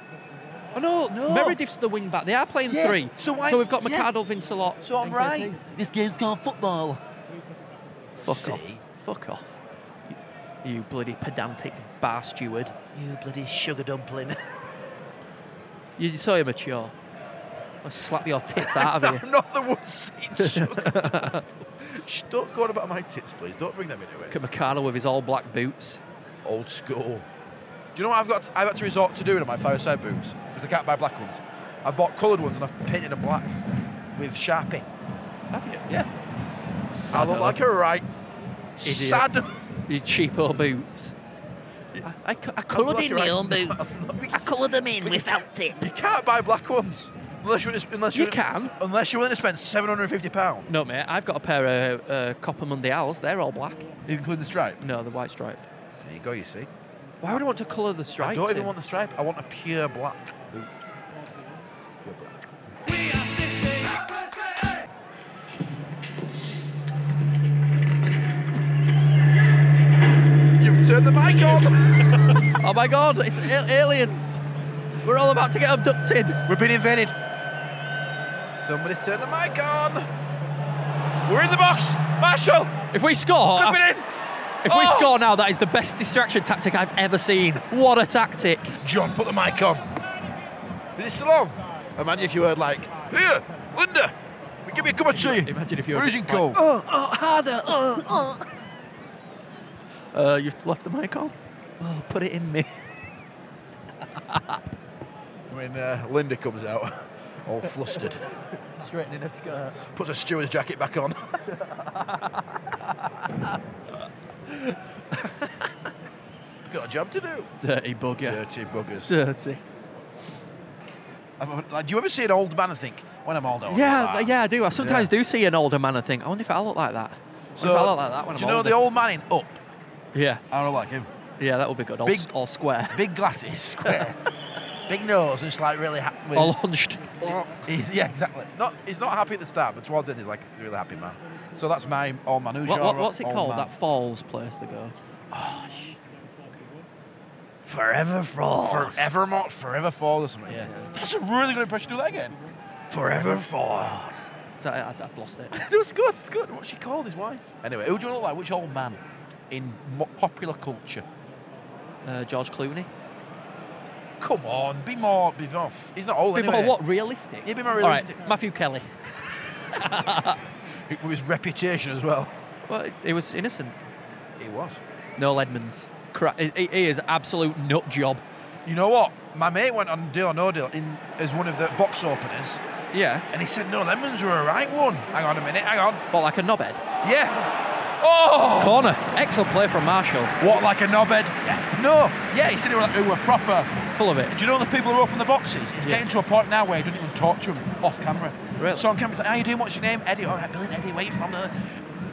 Speaker 2: Oh no,
Speaker 3: no.
Speaker 2: Meredith's the wing back. They are playing
Speaker 3: Yeah,
Speaker 2: three.
Speaker 3: so why-
Speaker 2: we've got
Speaker 3: yeah.
Speaker 2: McArdle, Vince Lott.
Speaker 3: So I'm
Speaker 2: NKP.
Speaker 3: right. This game's called football.
Speaker 2: Fuck
Speaker 3: See?
Speaker 2: off. Fuck off. You- You bloody pedantic bar steward.
Speaker 5: You bloody sugar dumpling.
Speaker 2: You so immature. I'll oh, slap your tits out of
Speaker 3: I'm
Speaker 2: you.
Speaker 3: not the one saying sugar. Shh, don't go on about my tits, please. Don't bring them into it.
Speaker 2: Look at McCarlo with his all black boots.
Speaker 3: Old school. Do you know what I've got? I've had to resort to doing on my fireside boots because I can't buy black ones. I bought coloured ones and I've painted them black with sharpie.
Speaker 2: Have you?
Speaker 3: Yeah, I
Speaker 2: Sad
Speaker 3: look like a right
Speaker 2: Idiot.
Speaker 3: sad.
Speaker 2: Your cheapo boots. I, I, cu- I coloured
Speaker 3: like
Speaker 2: in
Speaker 3: a
Speaker 2: my
Speaker 3: right-
Speaker 2: own boots.
Speaker 3: I'm not-
Speaker 5: I coloured them in without tip.
Speaker 3: You can't buy black ones unless you're unless
Speaker 2: You
Speaker 3: you're,
Speaker 2: can.
Speaker 3: unless you're willing to spend seven hundred and fifty pound,
Speaker 2: No, mate, I've got a pair of uh, Copper Monday Owls. They're all black.
Speaker 3: including the stripe.
Speaker 2: No, the white stripe.
Speaker 3: There you go. You see,
Speaker 2: Why would I want to colour the stripe?
Speaker 3: I don't even want the stripe. I want a pure black boot. Pure black. You've turned the mic on.
Speaker 2: Oh my god, it's a- aliens. We're all about to get abducted.
Speaker 3: We've been invented. Somebody's turned the mic on. We're in the box. Marshall,
Speaker 2: If we score,
Speaker 3: clip
Speaker 2: I-
Speaker 3: it in.
Speaker 2: if we
Speaker 3: Oh!
Speaker 2: score now, that is the best distraction tactic I've ever seen. What a tactic!
Speaker 3: John, put the mic on. Is it still on? Imagine if you heard like, here, Linda, we give me a cup of tea.
Speaker 2: Imagine if you were
Speaker 3: freezing
Speaker 2: like,
Speaker 3: cold.
Speaker 2: Oh, oh, harder. Oh, oh. Uh, you've left the mic on. Oh, put it in me.
Speaker 3: When uh, Linda comes out, all flustered,
Speaker 2: Straightening a skirt.
Speaker 3: puts her steward's jacket back on. God, job to do.
Speaker 2: Dirty bugger.
Speaker 3: Dirty buggers.
Speaker 2: Dirty.
Speaker 3: I've- like, do you ever see an old man and think, when I'm old, I wanna be
Speaker 2: Yeah,
Speaker 3: like
Speaker 2: th- Oh,
Speaker 3: that?
Speaker 2: yeah, I do. I sometimes do see an older man and think, I wonder if I look like that. I wonder if I look like that when I'm
Speaker 3: do you know
Speaker 2: older.
Speaker 3: the old man in Up?
Speaker 2: Yeah,
Speaker 3: I don't like him.
Speaker 2: yeah, that would be good. All,
Speaker 3: Big-
Speaker 2: s- all square.
Speaker 3: Big glasses, square, big nose, and it's like really happy.
Speaker 2: all hunched.
Speaker 3: He's, yeah, exactly. Not, he's not happy at the start, but towards the end, he's like a really happy man. So that's my old man. Who's
Speaker 2: What,
Speaker 3: your
Speaker 2: what, what's it
Speaker 3: old
Speaker 2: called?
Speaker 3: man?
Speaker 2: That Falls place they go.
Speaker 5: Forever Frost.
Speaker 3: Forever, Mo- forever falls or something.
Speaker 2: Yeah.
Speaker 3: That's a really good impression. Do that again.
Speaker 5: Forever Frost.
Speaker 2: So I, I- I've lost it.
Speaker 3: That's good. It's good. What's she called? His wife. Anyway, who do you look like? Which old man in mo- popular culture?
Speaker 2: Uh, George Clooney.
Speaker 3: Come on, be more, be off. He's not old.
Speaker 2: Be
Speaker 3: anyway.
Speaker 2: more what? Realistic.
Speaker 3: Yeah, be more
Speaker 2: All right,
Speaker 3: realistic.
Speaker 2: Matthew Kelly.
Speaker 3: It was reputation as well.
Speaker 2: Well, he was innocent.
Speaker 3: He was.
Speaker 2: Noel Edmonds. Cra- he, he- he is absolute nut job.
Speaker 3: You know what? My mate went on Deal or No Deal in, as one of the box openers,
Speaker 2: Yeah.
Speaker 3: and he said, No, lemons were a right one. Hang on a minute, hang on.
Speaker 2: Well, like a knobhead.
Speaker 3: Yeah. Oh!
Speaker 2: Corner. Excellent play from Marshall.
Speaker 3: What, like a knobhead? Yeah. No. Yeah, he said they were, like, they were proper.
Speaker 2: Full of it.
Speaker 3: Do you know the people who open the boxes? It's
Speaker 2: Yeah.
Speaker 3: getting to a point now where he doesn't even talk to him off camera.
Speaker 2: Really?
Speaker 3: So on camera, he's like, How you doing? What's your name? Eddie. All right, Billy, Eddie, wait from the.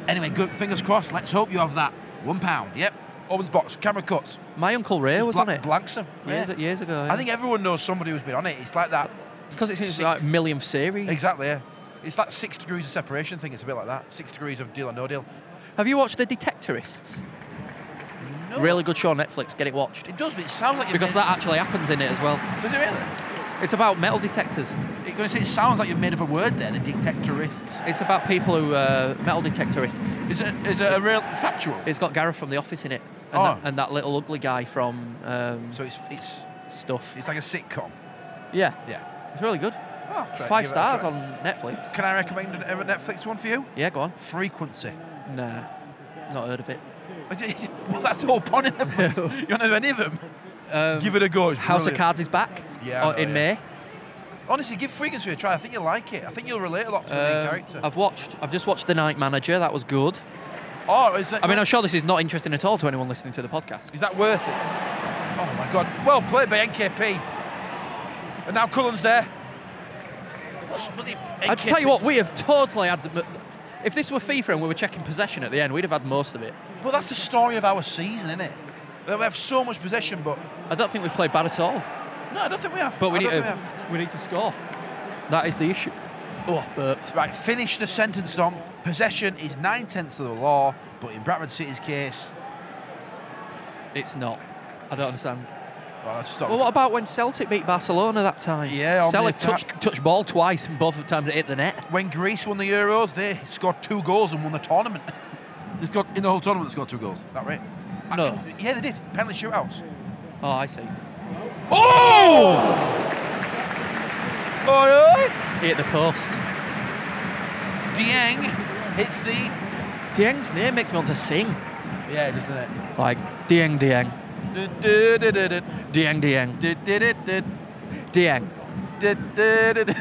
Speaker 3: Anyway, good, fingers crossed. Let's hope you have that. One pound. Yep. Opens box, camera cuts.
Speaker 2: My uncle Ray was
Speaker 3: Blank-
Speaker 2: on it.
Speaker 3: Blanks him.
Speaker 2: Years,
Speaker 3: Yeah.
Speaker 2: years ago.
Speaker 3: I think everyone knows somebody who's been on it. It's like that.
Speaker 2: it's because it's in his
Speaker 3: Six-
Speaker 2: like, millionth series.
Speaker 3: Exactly, yeah. It's like six degrees of separation thing. It's a bit like that. Six degrees of deal or no deal.
Speaker 2: Have you watched The Detectorists?
Speaker 3: No.
Speaker 2: Really good show on Netflix. Get it watched.
Speaker 3: It does, but it sounds like you're
Speaker 2: Because
Speaker 3: made,
Speaker 2: that actually happens in it as well.
Speaker 3: does it really?
Speaker 2: It's about metal detectors.
Speaker 3: You're going to say it sounds like you've made up a word there. The detectorists.
Speaker 2: It's about people who uh, metal detectorists.
Speaker 3: Is it is it a real factual?
Speaker 2: It's got Gareth from The Office in it, and,
Speaker 3: Oh.
Speaker 2: that, and that little ugly guy from um,
Speaker 3: so it's it's
Speaker 2: stuff.
Speaker 3: it's like a sitcom.
Speaker 2: yeah,
Speaker 3: Yeah.
Speaker 2: it's really good.
Speaker 3: Oh,
Speaker 2: It's five stars on Netflix.
Speaker 3: Can I recommend an- a Netflix one for you?
Speaker 2: Yeah, go on.
Speaker 3: Frequency.
Speaker 2: Nah, not heard of it.
Speaker 3: well, that's the whole point of them. you don't know any of them.
Speaker 2: Um,
Speaker 3: give it a go. It's
Speaker 2: House of
Speaker 3: brilliant.
Speaker 2: Cards is back.
Speaker 3: Yeah, I
Speaker 2: or
Speaker 3: know,
Speaker 2: in
Speaker 3: yeah.
Speaker 2: May.
Speaker 3: Honestly, give Frequency a try. I think you'll like it. I think you'll relate a lot to the
Speaker 2: Um,
Speaker 3: main character.
Speaker 2: I've watched. I've just watched The Night Manager. That was good.
Speaker 3: oh, is it?
Speaker 2: I mean, I'm sure this is not interesting at all to anyone listening to the podcast.
Speaker 3: Is that worth it? Oh my God! Well played by NKP. And now Cullen's there. What's bloody?
Speaker 2: I
Speaker 3: NKP?
Speaker 2: tell you what, we have totally had. The, m- if this were FIFA and we were checking possession at the end, we'd have had most of it.
Speaker 3: Well, that's the story of our season, isn't it? That we have so much possession, but
Speaker 2: I don't think we've played bad at all.
Speaker 3: no, I don't think we have.
Speaker 2: But we
Speaker 3: I
Speaker 2: need
Speaker 3: don't
Speaker 2: to.
Speaker 3: think we have.
Speaker 2: we need to score. That is the issue. Oh, burped.
Speaker 3: Right, finish the sentence, Dom. Possession is nine tenths of the law, but in Bradford City's case,
Speaker 2: It's not. I don't understand.
Speaker 3: well, I'll stop.
Speaker 2: Well, what about when Celtic beat Barcelona that time?
Speaker 3: Yeah, on the
Speaker 2: Celtic touched
Speaker 3: attack.
Speaker 2: touched ball twice, and both times it hit the net.
Speaker 3: when Greece won the Euros, they scored two goals and won the tournament. They scored in the whole tournament. They scored two goals. That right? I-
Speaker 2: No.
Speaker 3: yeah, they did. Penalty shootouts.
Speaker 2: Oh, I see.
Speaker 3: Oh! Oh, really?
Speaker 2: He hit the post.
Speaker 3: Dieng hits the.
Speaker 2: Dieng's name makes me want to sing.
Speaker 3: Yeah, doesn't it?
Speaker 2: Like Dieng, Dieng,
Speaker 3: Did
Speaker 2: Dieng, Dieng,
Speaker 3: it? Did
Speaker 2: Dieng.
Speaker 3: did it?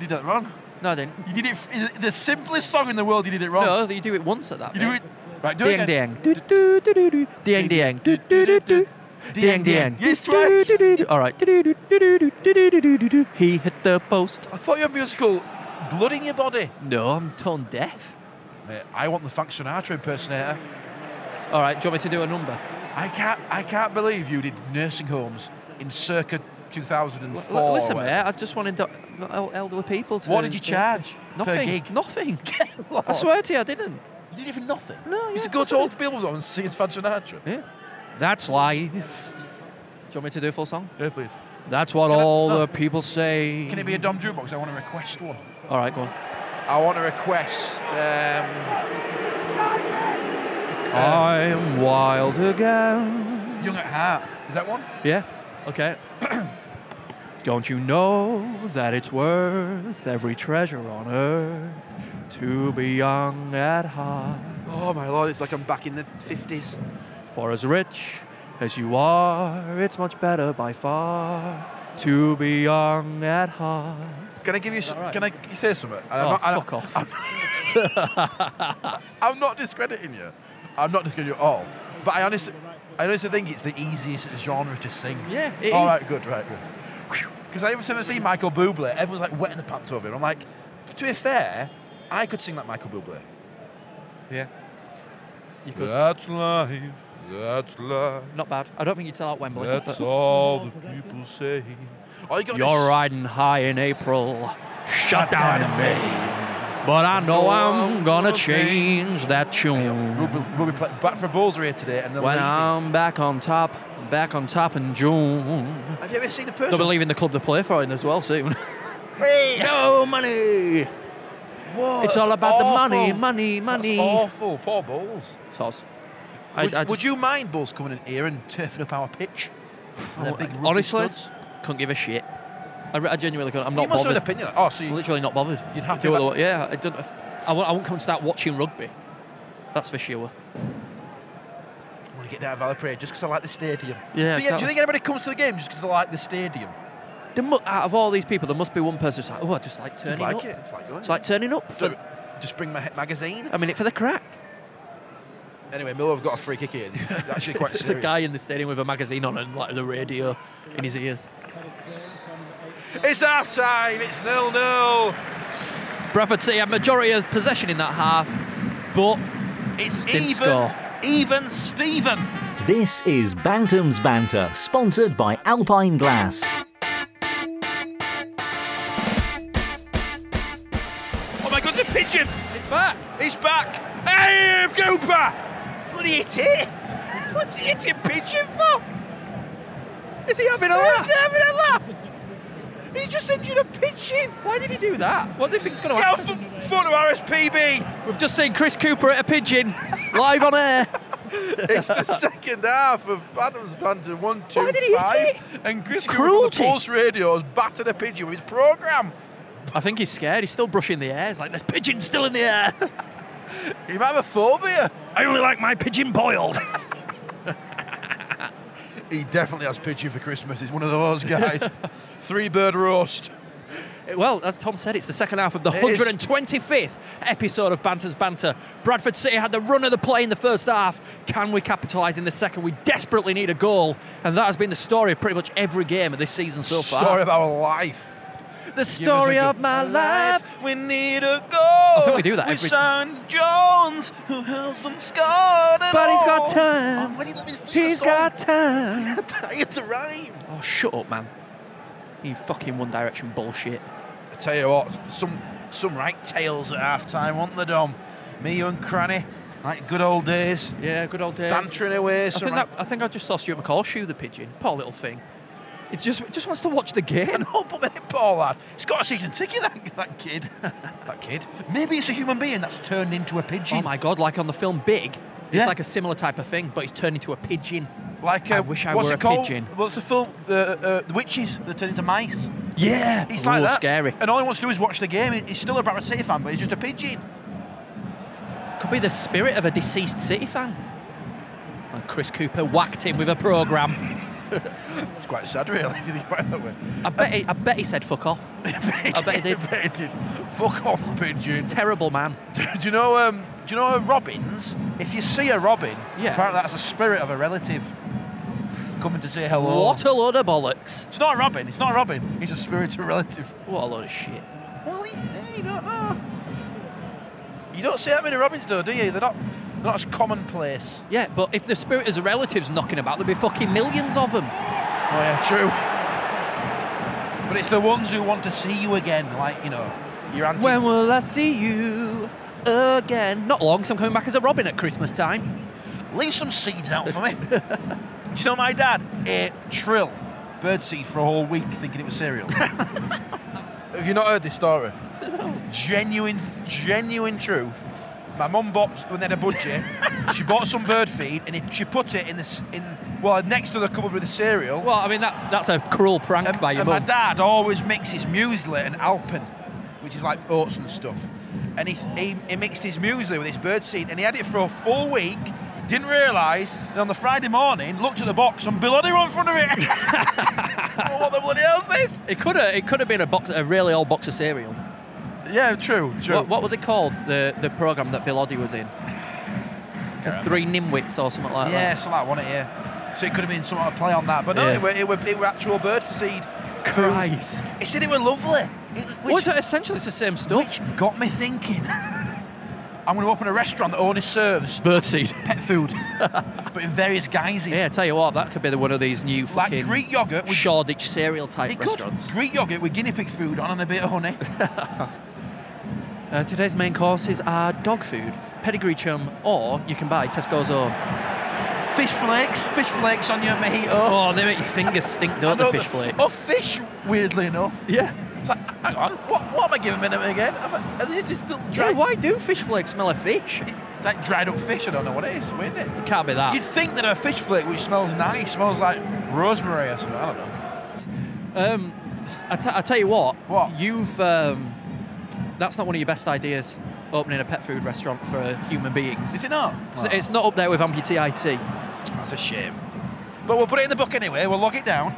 Speaker 3: Did that wrong?
Speaker 2: No, I didn't.
Speaker 3: You did it. f- is it The simplest song in the world. You did it wrong.
Speaker 2: No, you do it once at that.
Speaker 3: You do
Speaker 2: bit.
Speaker 3: it. Right, do
Speaker 2: Dieng,
Speaker 3: it again.
Speaker 2: Dieng, do do do do do, Dieng, Dieng, do do do do. Dieng,
Speaker 3: Dieng,
Speaker 2: Dieng.
Speaker 3: Dieng. Yes,
Speaker 2: Do, do,
Speaker 3: twice.
Speaker 2: do, do, do. All right. Do, do, do, do, do, do, do, do, do, do, do. He hit the post.
Speaker 3: I thought you had musical blood in your body.
Speaker 2: No, I'm tone deaf.
Speaker 3: Mate, I want the Frank Sinatra impersonator.
Speaker 2: All right, do you want me to do a number?
Speaker 3: I can't. I can't believe you did nursing homes in circa 2004.
Speaker 2: L-
Speaker 3: or
Speaker 2: listen,
Speaker 3: whatever.
Speaker 2: mate, I just wanted do- el- elderly people to.
Speaker 3: What did you
Speaker 2: to-
Speaker 3: charge per
Speaker 2: Nothing.
Speaker 3: gig?
Speaker 2: Nothing.
Speaker 3: Lord.
Speaker 2: I swear to you, I didn't.
Speaker 3: You did even nothing.
Speaker 2: No,
Speaker 3: You
Speaker 2: yeah,
Speaker 3: used to go
Speaker 2: that's
Speaker 3: to
Speaker 2: what
Speaker 3: old people's homes and see it's Frank Sinatra.
Speaker 2: Yeah. That's life. Do you want me to do a full song? Oh.
Speaker 3: Yeah, please.
Speaker 2: That's what
Speaker 3: Can I-
Speaker 2: all
Speaker 3: no.
Speaker 2: the people say.
Speaker 3: Can it be a Dom Jukebox? I want to request one.
Speaker 2: All right, go on.
Speaker 3: I want to request. Um,
Speaker 2: Uh, I'm wild again.
Speaker 3: Young at Heart. Is that one?
Speaker 2: Yeah. Okay. Don't you know that it's worth every treasure on earth to be young at heart?
Speaker 3: Oh my lord! It's like I'm back in the 50s.
Speaker 2: For as rich as you are, it's much better by far to be young at heart.
Speaker 3: Can I give you? s
Speaker 2: that right?
Speaker 3: Can I g- say something? And
Speaker 2: Oh,
Speaker 3: and
Speaker 2: fuck off.
Speaker 3: I'm not discrediting you. I'm not discrediting you at all. But I honestly, I also think it's the easiest genre to sing.
Speaker 2: Yeah, it
Speaker 3: All
Speaker 2: is.
Speaker 3: right, good, right, good. Because I ever seen Michael Bublé, everyone's like wetting the pants over it. I'm like, to be fair, I could sing like Michael Bublé.
Speaker 2: Yeah. You could.
Speaker 3: That's life, that's life,
Speaker 2: Not bad. I don't think you'd sell out Wembley. but-
Speaker 3: all the people say. All you got
Speaker 2: You're
Speaker 3: is
Speaker 2: riding high in April, shut down in May. Oh, But I know I'm gonna change that tune.
Speaker 3: We'll be, we'll be pla- back for balls here today and then
Speaker 2: When I'm back on top, back on top in June.
Speaker 3: Have you ever seen a
Speaker 2: They'll be
Speaker 3: person?
Speaker 2: leaving the club they play for in as well soon. no money!
Speaker 3: Whoa,
Speaker 2: It's
Speaker 3: that's
Speaker 2: all about the money,
Speaker 3: awful.
Speaker 2: money, money.
Speaker 3: That's awful. Poor Bulls.
Speaker 2: Toss. I-
Speaker 3: Would,
Speaker 2: I just-
Speaker 3: would you mind Bulls coming in here and turfing up our pitch? With their big rugby
Speaker 2: honestly,
Speaker 3: studs?
Speaker 2: couldn't give a shit. I, re- I genuinely couldn't. I'm
Speaker 3: you
Speaker 2: not
Speaker 3: must have
Speaker 2: bothered.
Speaker 3: an opinion. Oh, so
Speaker 2: I'm
Speaker 3: you,
Speaker 2: literally not bothered.
Speaker 3: You'd happy
Speaker 2: Do what
Speaker 3: about-
Speaker 2: I- Yeah, I don't. I won't, I won't come and start watching rugby. That's for sure.
Speaker 3: I want to get down to Valley Parade just because I like the stadium.
Speaker 2: Yeah,
Speaker 3: Do you, do you
Speaker 2: exactly.
Speaker 3: think anybody comes to the game just because they like the stadium?
Speaker 2: There mu- out of all these people, there must be one person who's like, oh, I just like turning
Speaker 3: It's like
Speaker 2: up.
Speaker 3: it. It's like going.
Speaker 2: It's like turning up. For,
Speaker 3: So, just bring my he- magazine.
Speaker 2: I mean, it for the crack.
Speaker 3: Anyway, Miller have got a free kick in. Actually, quite
Speaker 2: There's a
Speaker 3: serious.
Speaker 2: guy in the stadium with a magazine on and like the radio in his ears.
Speaker 3: It's half time. It's nil nil.
Speaker 2: Bradford City had majority of possession in that half, but
Speaker 4: It's
Speaker 2: Didn't
Speaker 4: even,
Speaker 2: score.
Speaker 4: even Steven.
Speaker 1: This is Bantam's Banter, sponsored by Alpine Glass.
Speaker 4: Oh my God, they pinch him.
Speaker 2: it's back.
Speaker 4: He's back. Hey, Cooper! Bloody hit it. What's he hitting pigeon for?
Speaker 2: Is he having a laugh?
Speaker 4: having a laugh. He's just injured a pigeon.
Speaker 2: Why did he do that? What do you think's going to
Speaker 4: Get off
Speaker 2: happen?
Speaker 4: the front of RSPB.
Speaker 2: We've just seen Chris Cooper at a pigeon live on air.
Speaker 3: It's the second half of Adams Banter one two
Speaker 2: Why did he hit
Speaker 3: five,
Speaker 2: it?
Speaker 3: and Chris Cooper from
Speaker 2: Cruelty.
Speaker 3: the Pulse Radio has battered a pigeon with his programme.
Speaker 2: I think he's scared. He's still brushing the air. He's like, there's pigeons still in the air.
Speaker 3: He might have a phobia.
Speaker 2: I only like my pigeon boiled.
Speaker 3: He definitely has pigeon for Christmas. He's one of those guys. Three bird roast.
Speaker 2: Well, as Tom said, it's the second half of the
Speaker 3: It is.
Speaker 2: 125th episode of Banter's Banter. Bradford City had the run of the play in the first half. Can we capitalise in the second? We desperately need a goal, and that has been the story of pretty much every game of this season so far.
Speaker 3: Story of our life.
Speaker 2: the story
Speaker 3: Give us a
Speaker 2: of
Speaker 3: good
Speaker 2: my life.
Speaker 4: We need a goal.
Speaker 2: I think we do that
Speaker 4: With
Speaker 2: every-
Speaker 4: Sam Jones, who hasn't scored at
Speaker 2: But he's
Speaker 4: all.
Speaker 2: got
Speaker 3: Oh,
Speaker 2: time.
Speaker 3: when he let me finish the
Speaker 2: He's
Speaker 3: song.
Speaker 2: got time.
Speaker 3: I hit the rhyme.
Speaker 2: Oh, shut up, man. You fucking One Direction bullshit.
Speaker 3: I tell you what, some some right tails at half time, weren't they, Dom? Me, you, and Cranny, like good old days,
Speaker 2: Yeah, good old days.
Speaker 3: bantering away.
Speaker 2: I
Speaker 3: Some
Speaker 2: think,
Speaker 3: right...
Speaker 2: that, I think I just saw Stuart McCall shoe the pigeon. Poor little thing. It just it just wants to watch the
Speaker 3: And
Speaker 2: game.
Speaker 3: oh, but minute, poor lad. He's got a season ticket, that, that kid. that kid. Maybe it's a human being that's turned into a pigeon.
Speaker 2: Oh my god, like on the film Big, it's
Speaker 3: Yeah.
Speaker 2: like a similar type of thing, but he's turned into a pigeon.
Speaker 3: Like,
Speaker 2: I
Speaker 3: uh,
Speaker 2: wish I
Speaker 3: what's
Speaker 2: were
Speaker 3: it
Speaker 2: a
Speaker 3: called?
Speaker 2: pigeon.
Speaker 3: What's the film? The, uh, the witches that turn into mice.
Speaker 2: Yeah,
Speaker 3: He's
Speaker 2: Ooh,
Speaker 3: like that.
Speaker 2: scary.
Speaker 3: And all he wants to do is watch the game. He- He's still a Barra City fan, but he's just a pigeon.
Speaker 2: Could be the spirit of a deceased City fan. And Chris Cooper whacked him with a program.
Speaker 3: It's quite sad, really, if you think about it that way.
Speaker 2: I bet he, I bet he said fuck off. I bet he did.
Speaker 3: bet he did. Fuck off, pigeon.
Speaker 2: Terrible man.
Speaker 3: do you know? Um, do you know a robins? If you see a robin,
Speaker 2: Yeah.
Speaker 3: apparently that's a spirit of a relative coming to say hello.
Speaker 2: What a load of bollocks.
Speaker 3: It's not a robin. It's not a robin. He's a spirit of a relative.
Speaker 2: What a load of shit.
Speaker 3: Well, you, eh, you don't know. You don't see that many robins, though, do you? They're not. They're not as commonplace.
Speaker 2: Yeah, but if the spirit is a relative's knocking about, there'd be fucking millions of them.
Speaker 3: Oh yeah, true. But it's the ones who want to see you again, like you know, your auntie.
Speaker 2: When will I see you again? Not long, so I'm coming back as a robin at Christmas time.
Speaker 3: Leave some seeds out for me. Do you know my dad ate trill bird seed for a whole week thinking it was cereal? Have you not heard this story? Genuine, genuine truth. My mum bought when they had a budget. she bought some bird feed and it, she put it in this in well next to the cupboard with the cereal.
Speaker 2: Well, I mean that's that's a cruel prank
Speaker 3: and
Speaker 2: by your
Speaker 3: and my
Speaker 2: mum.
Speaker 3: dad always mixes muesli and alpen, which is like oats and stuff. And he, he, he mixed his muesli with his bird seed and he had it for a full week, didn't realise, and on the Friday morning looked at the box and bloody were in front of it. oh, what the bloody hell's this?
Speaker 2: It could have. It could have been a box, a really old box of cereal.
Speaker 3: Yeah, true, true.
Speaker 2: What, what were they called? The the program that Bill Oddie was in. The three nimwits or something like
Speaker 3: yeah, so like one it here. So it could have been some sort of play on that. But no,
Speaker 2: Yeah.
Speaker 3: it, were, it, were, it were actual bird seed.
Speaker 2: Christ.
Speaker 3: He said it were lovely. It-
Speaker 2: Well,
Speaker 3: Which,
Speaker 2: it's essentially it's the same stuff.
Speaker 3: which got me thinking. I'm going to open a restaurant that only serves
Speaker 2: Birdseed.
Speaker 3: pet food, but in various guises.
Speaker 2: Yeah, I tell you what, that could be the, one of these new
Speaker 3: Like
Speaker 2: fucking
Speaker 3: Greek yogurt with-
Speaker 2: Shoreditch cereal type
Speaker 3: It could.
Speaker 2: restaurants.
Speaker 3: Greek yogurt with guinea pig food on and a bit of honey.
Speaker 2: Uh, today's main courses are dog food, pedigree chum, or you can buy Tesco's own.
Speaker 3: fish flakes, fish flakes on your mojito.
Speaker 2: Oh, they make your fingers stink,
Speaker 3: I
Speaker 2: don't they,
Speaker 3: know
Speaker 2: fish
Speaker 3: that-
Speaker 2: flakes?
Speaker 3: Oh, fish, weirdly enough.
Speaker 2: Yeah.
Speaker 3: It's like, hang on, what, what am I giving them again? Am I, is this still
Speaker 2: yeah.
Speaker 3: dried?
Speaker 2: Why do fish flakes smell of fish?
Speaker 3: It's like dried up fish, I don't know what it is, weird, isn't it?
Speaker 2: It can't be that.
Speaker 3: You'd think that a fish flake which smells nice smells like rosemary or something, I don't know.
Speaker 2: Um, I, t- I tell you what.
Speaker 3: What?
Speaker 2: You've. Um, that's not one of your best ideas. Opening a pet food restaurant for human beings.
Speaker 3: Is it not?
Speaker 2: It's, it's not up there with amputee IT.
Speaker 3: That's a shame. But we'll put it in the book anyway, we'll log it down.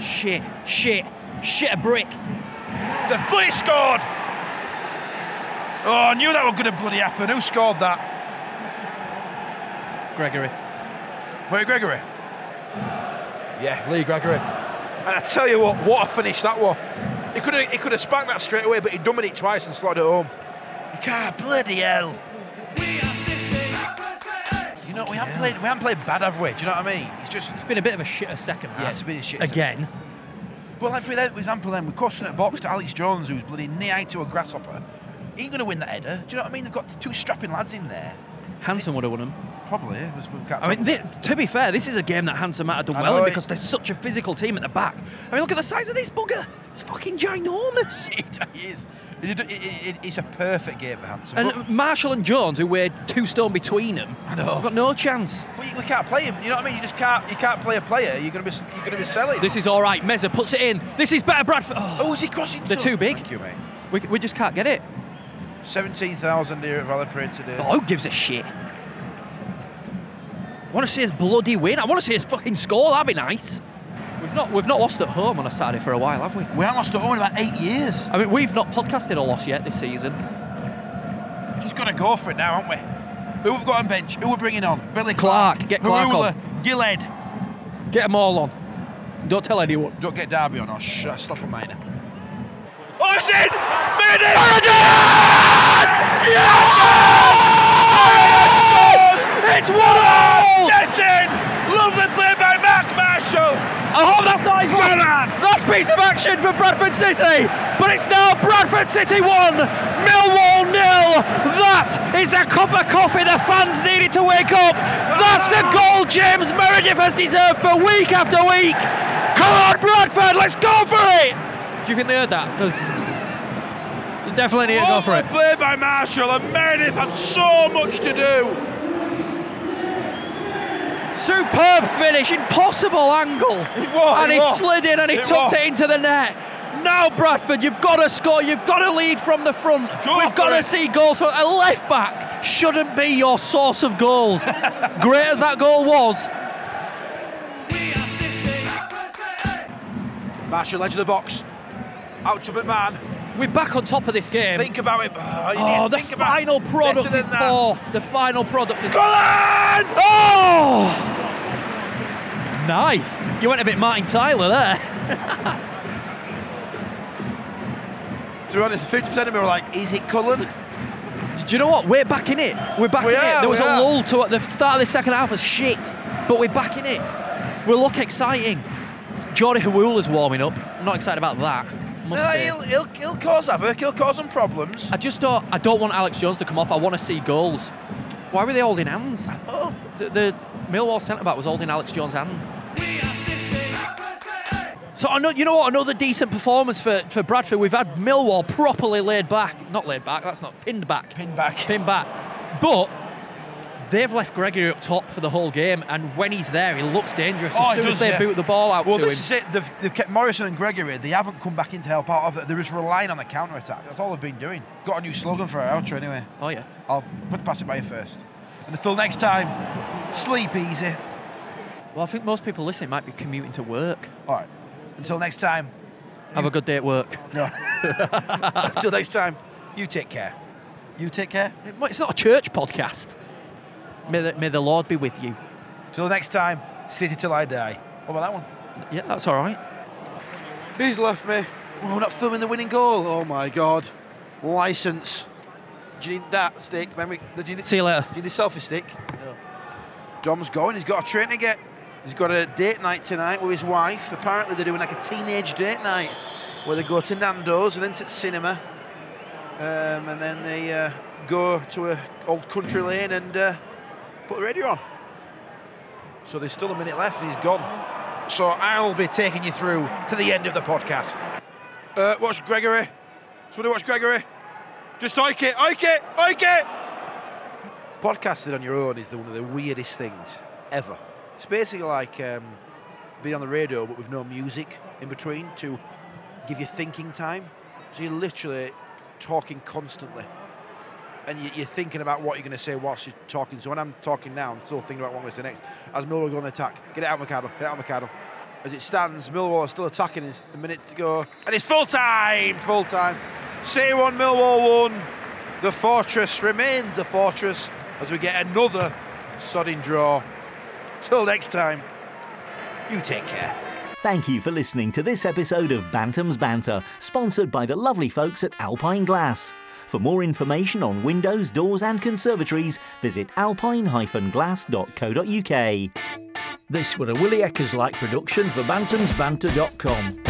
Speaker 2: Shit, shit, shit a brick.
Speaker 4: They've bloody scored!
Speaker 3: oh, I knew that was going to bloody happen. Who scored that?
Speaker 2: Gregory.
Speaker 3: Wait, Gregory? Yeah, Lee Gregory. And I tell you what, what a finish that was. He could have he could have spanked that straight away, but he dummied it twice and slotted it home. You can't bloody hell. You know, we haven't
Speaker 2: hell.
Speaker 3: played we haven't played bad, have we? Do you know what I mean? It's just
Speaker 2: It's been a bit of a shit a second half.
Speaker 3: Yeah, it's been a shit
Speaker 2: Again.
Speaker 3: But like for example, then we're crossing a box to Alex Jones, who's bloody knee high to a grasshopper. He ain't gonna win that header. Do you know what I mean? They've got two strapping lads in there.
Speaker 2: Hanson would have won them.
Speaker 3: Probably. was- we can't
Speaker 2: I mean, thi- to be fair, this is a game that Hanson might have done
Speaker 3: I
Speaker 2: well
Speaker 3: know
Speaker 2: in
Speaker 3: it.
Speaker 2: because they're such a physical team at the back. I mean, look at the size of this bugger. It's fucking ginormous.
Speaker 3: it is. It, it, it, it's a perfect game for Hanson.
Speaker 2: and
Speaker 3: but-
Speaker 2: Marshall and Jones, who weighed two stone between them,
Speaker 3: I know.
Speaker 2: got no chance.
Speaker 3: But we can't play him. You know what I mean? You just can't. You can't play a player. You're gonna be. You're gonna be selling.
Speaker 2: This is all right. Meza puts it in. This is better, Bradford. Oh,
Speaker 3: oh, is he crossing?
Speaker 2: They're
Speaker 3: to-
Speaker 2: too big.
Speaker 3: Thank you, mate.
Speaker 2: we, we just can't get it.
Speaker 3: Seventeen thousand here at Valley Parade today.
Speaker 2: Oh, who gives a shit? I want to see his bloody win. I want to see his fucking score. That'd be nice. We've not we've not lost at home on a Saturday for a while, have we?
Speaker 3: We haven't lost at home in about eight years.
Speaker 2: I mean, we've not podcasted a loss yet this season.
Speaker 3: Just gotta go for it now, aren't we? Who we've got on bench? Who we're bringing on? Billy
Speaker 2: Clark,
Speaker 3: Clark.
Speaker 2: get Clark
Speaker 3: Marula,
Speaker 2: on.
Speaker 3: Gillhead.
Speaker 2: Get them all on. Don't tell anyone.
Speaker 3: Don't get Derby on or sh- Slottle Minor.
Speaker 4: Oh, it's in! Made it! Yes! It's one all! Get in! Lovely play by Mark Marshall!
Speaker 2: I hope Oh, that's not his
Speaker 4: Come on!
Speaker 2: last piece of action for Bradford City, but it's now Bradford City 1, Millwall 0. That is the cup of coffee the fans needed to wake up. That's the goal James Meredith has deserved for week after week. Come on, Bradford, let's go for it. Do you think they heard that? Because definitely need to
Speaker 3: Oh,
Speaker 2: go for
Speaker 4: Lovely
Speaker 2: it.
Speaker 4: play by Marshall and Meredith had so much to do.
Speaker 2: Superb finish, impossible angle.
Speaker 4: It was,
Speaker 2: and
Speaker 4: it
Speaker 2: he
Speaker 4: was.
Speaker 2: slid in and he
Speaker 4: It
Speaker 2: tucked
Speaker 4: was.
Speaker 2: it into the net. Now, Bradford, you've got to score. You've got to lead from the front.
Speaker 4: Go
Speaker 2: We've
Speaker 4: for
Speaker 2: got to
Speaker 4: it.
Speaker 2: see goals from a left back. Shouldn't be your source of goals. Great as that goal was,
Speaker 3: Marshall edge of the box. Out to McMahon.
Speaker 2: we're back on top of this game.
Speaker 3: Think about it. Oh, you need
Speaker 2: oh,
Speaker 3: to
Speaker 2: the
Speaker 3: think about
Speaker 2: final
Speaker 3: better
Speaker 2: product
Speaker 3: than
Speaker 2: is
Speaker 3: that.
Speaker 2: poor. The final product is.
Speaker 4: Colin!
Speaker 2: Oh! Nice. You went a bit Martin Tyler there.
Speaker 3: To be honest, 50% of me were like, is it Cullen?
Speaker 2: Do you know what? We're back in it. We're back
Speaker 3: We
Speaker 2: in it.
Speaker 3: are,
Speaker 2: There was
Speaker 3: we
Speaker 2: a
Speaker 3: are.
Speaker 2: lull to the start of the second half was shit, but we're back in it. We look exciting. Jordi Hawula's warming up. I'm not excited about that. Must
Speaker 3: No,
Speaker 2: say.
Speaker 3: he'll, he'll, he'll cause havoc, he'll cause them problems.
Speaker 2: I just don't. I don't want Alex Jones to come off. I want to see goals. Why were they holding hands?
Speaker 3: Oh,
Speaker 2: The, the Millwall centre back was holding Alex Jones' hand. So I know you know what another decent performance for, for Bradford. We've had Millwall properly laid back, not laid back. That's not pinned back.
Speaker 3: pin back.
Speaker 2: pin back. But they've left Gregory up top for the whole game, and when he's there, he looks dangerous. As
Speaker 3: Oh, he
Speaker 2: soon as
Speaker 3: does,
Speaker 2: they
Speaker 3: yeah.
Speaker 2: boot the ball out
Speaker 3: Well,
Speaker 2: to
Speaker 3: this
Speaker 2: him,
Speaker 3: is it. They've, they've kept Morrison and Gregory. They haven't come back in to help out. They're just relying on the counter attack. That's all they've been doing. Got a new slogan for our outro, anyway.
Speaker 2: oh yeah,
Speaker 3: I'll put pass it by you first. And until next time, sleep easy.
Speaker 2: well, I think most people listening might be commuting to work.
Speaker 3: All right. Until next time.
Speaker 2: Have a good day at work.
Speaker 3: No. until next time, you take care. You take care.
Speaker 2: It's not a church podcast. May the, may the Lord be with you.
Speaker 3: Till next time,
Speaker 4: City till I die. What about that one?
Speaker 2: Yeah, that's all right.
Speaker 3: He's left me. Oh, we're not filming the winning goal. Oh my God. License. Do you need that stick? Remember, do you need,
Speaker 2: See you later.
Speaker 3: do you need selfie stick? Dom's going. He's got a train to get. He's got a date night tonight with his wife. Apparently, they're doing like a teenage date night where they go to Nando's and then to the cinema. Um, and then they uh, go to a old country lane and uh, put the radio on. So there's still a minute left and he's gone. So I'll be taking you through to the end of the podcast. Uh, watch Gregory. Somebody watch Gregory. Just oik it, oik it, oik it. Podcasting on your own is the, one of the weirdest things ever. It's basically like um, being on the radio but with no music in between to give you thinking time. So you're literally talking constantly. And you- you're thinking about what you're going to say whilst you're talking. So when I'm talking now, I'm still thinking about what I'm going to say next. As Millwall go on the attack, get it out, McArdle, get it out, McArdle. As it stands, Millwall are still attacking. It's a minute to go. And it's full time, full time. City 1, Millwall 1. The fortress remains a fortress as we get another sodding draw. Till next time, you take care.
Speaker 1: Thank you for listening to this episode of Bantam's Banter, sponsored by the lovely folks at Alpine Glass. For more information on windows, doors, and conservatories, visit alpine-glass.co.uk.
Speaker 7: This were a Willie Eckers like production for bantamsbanter.com.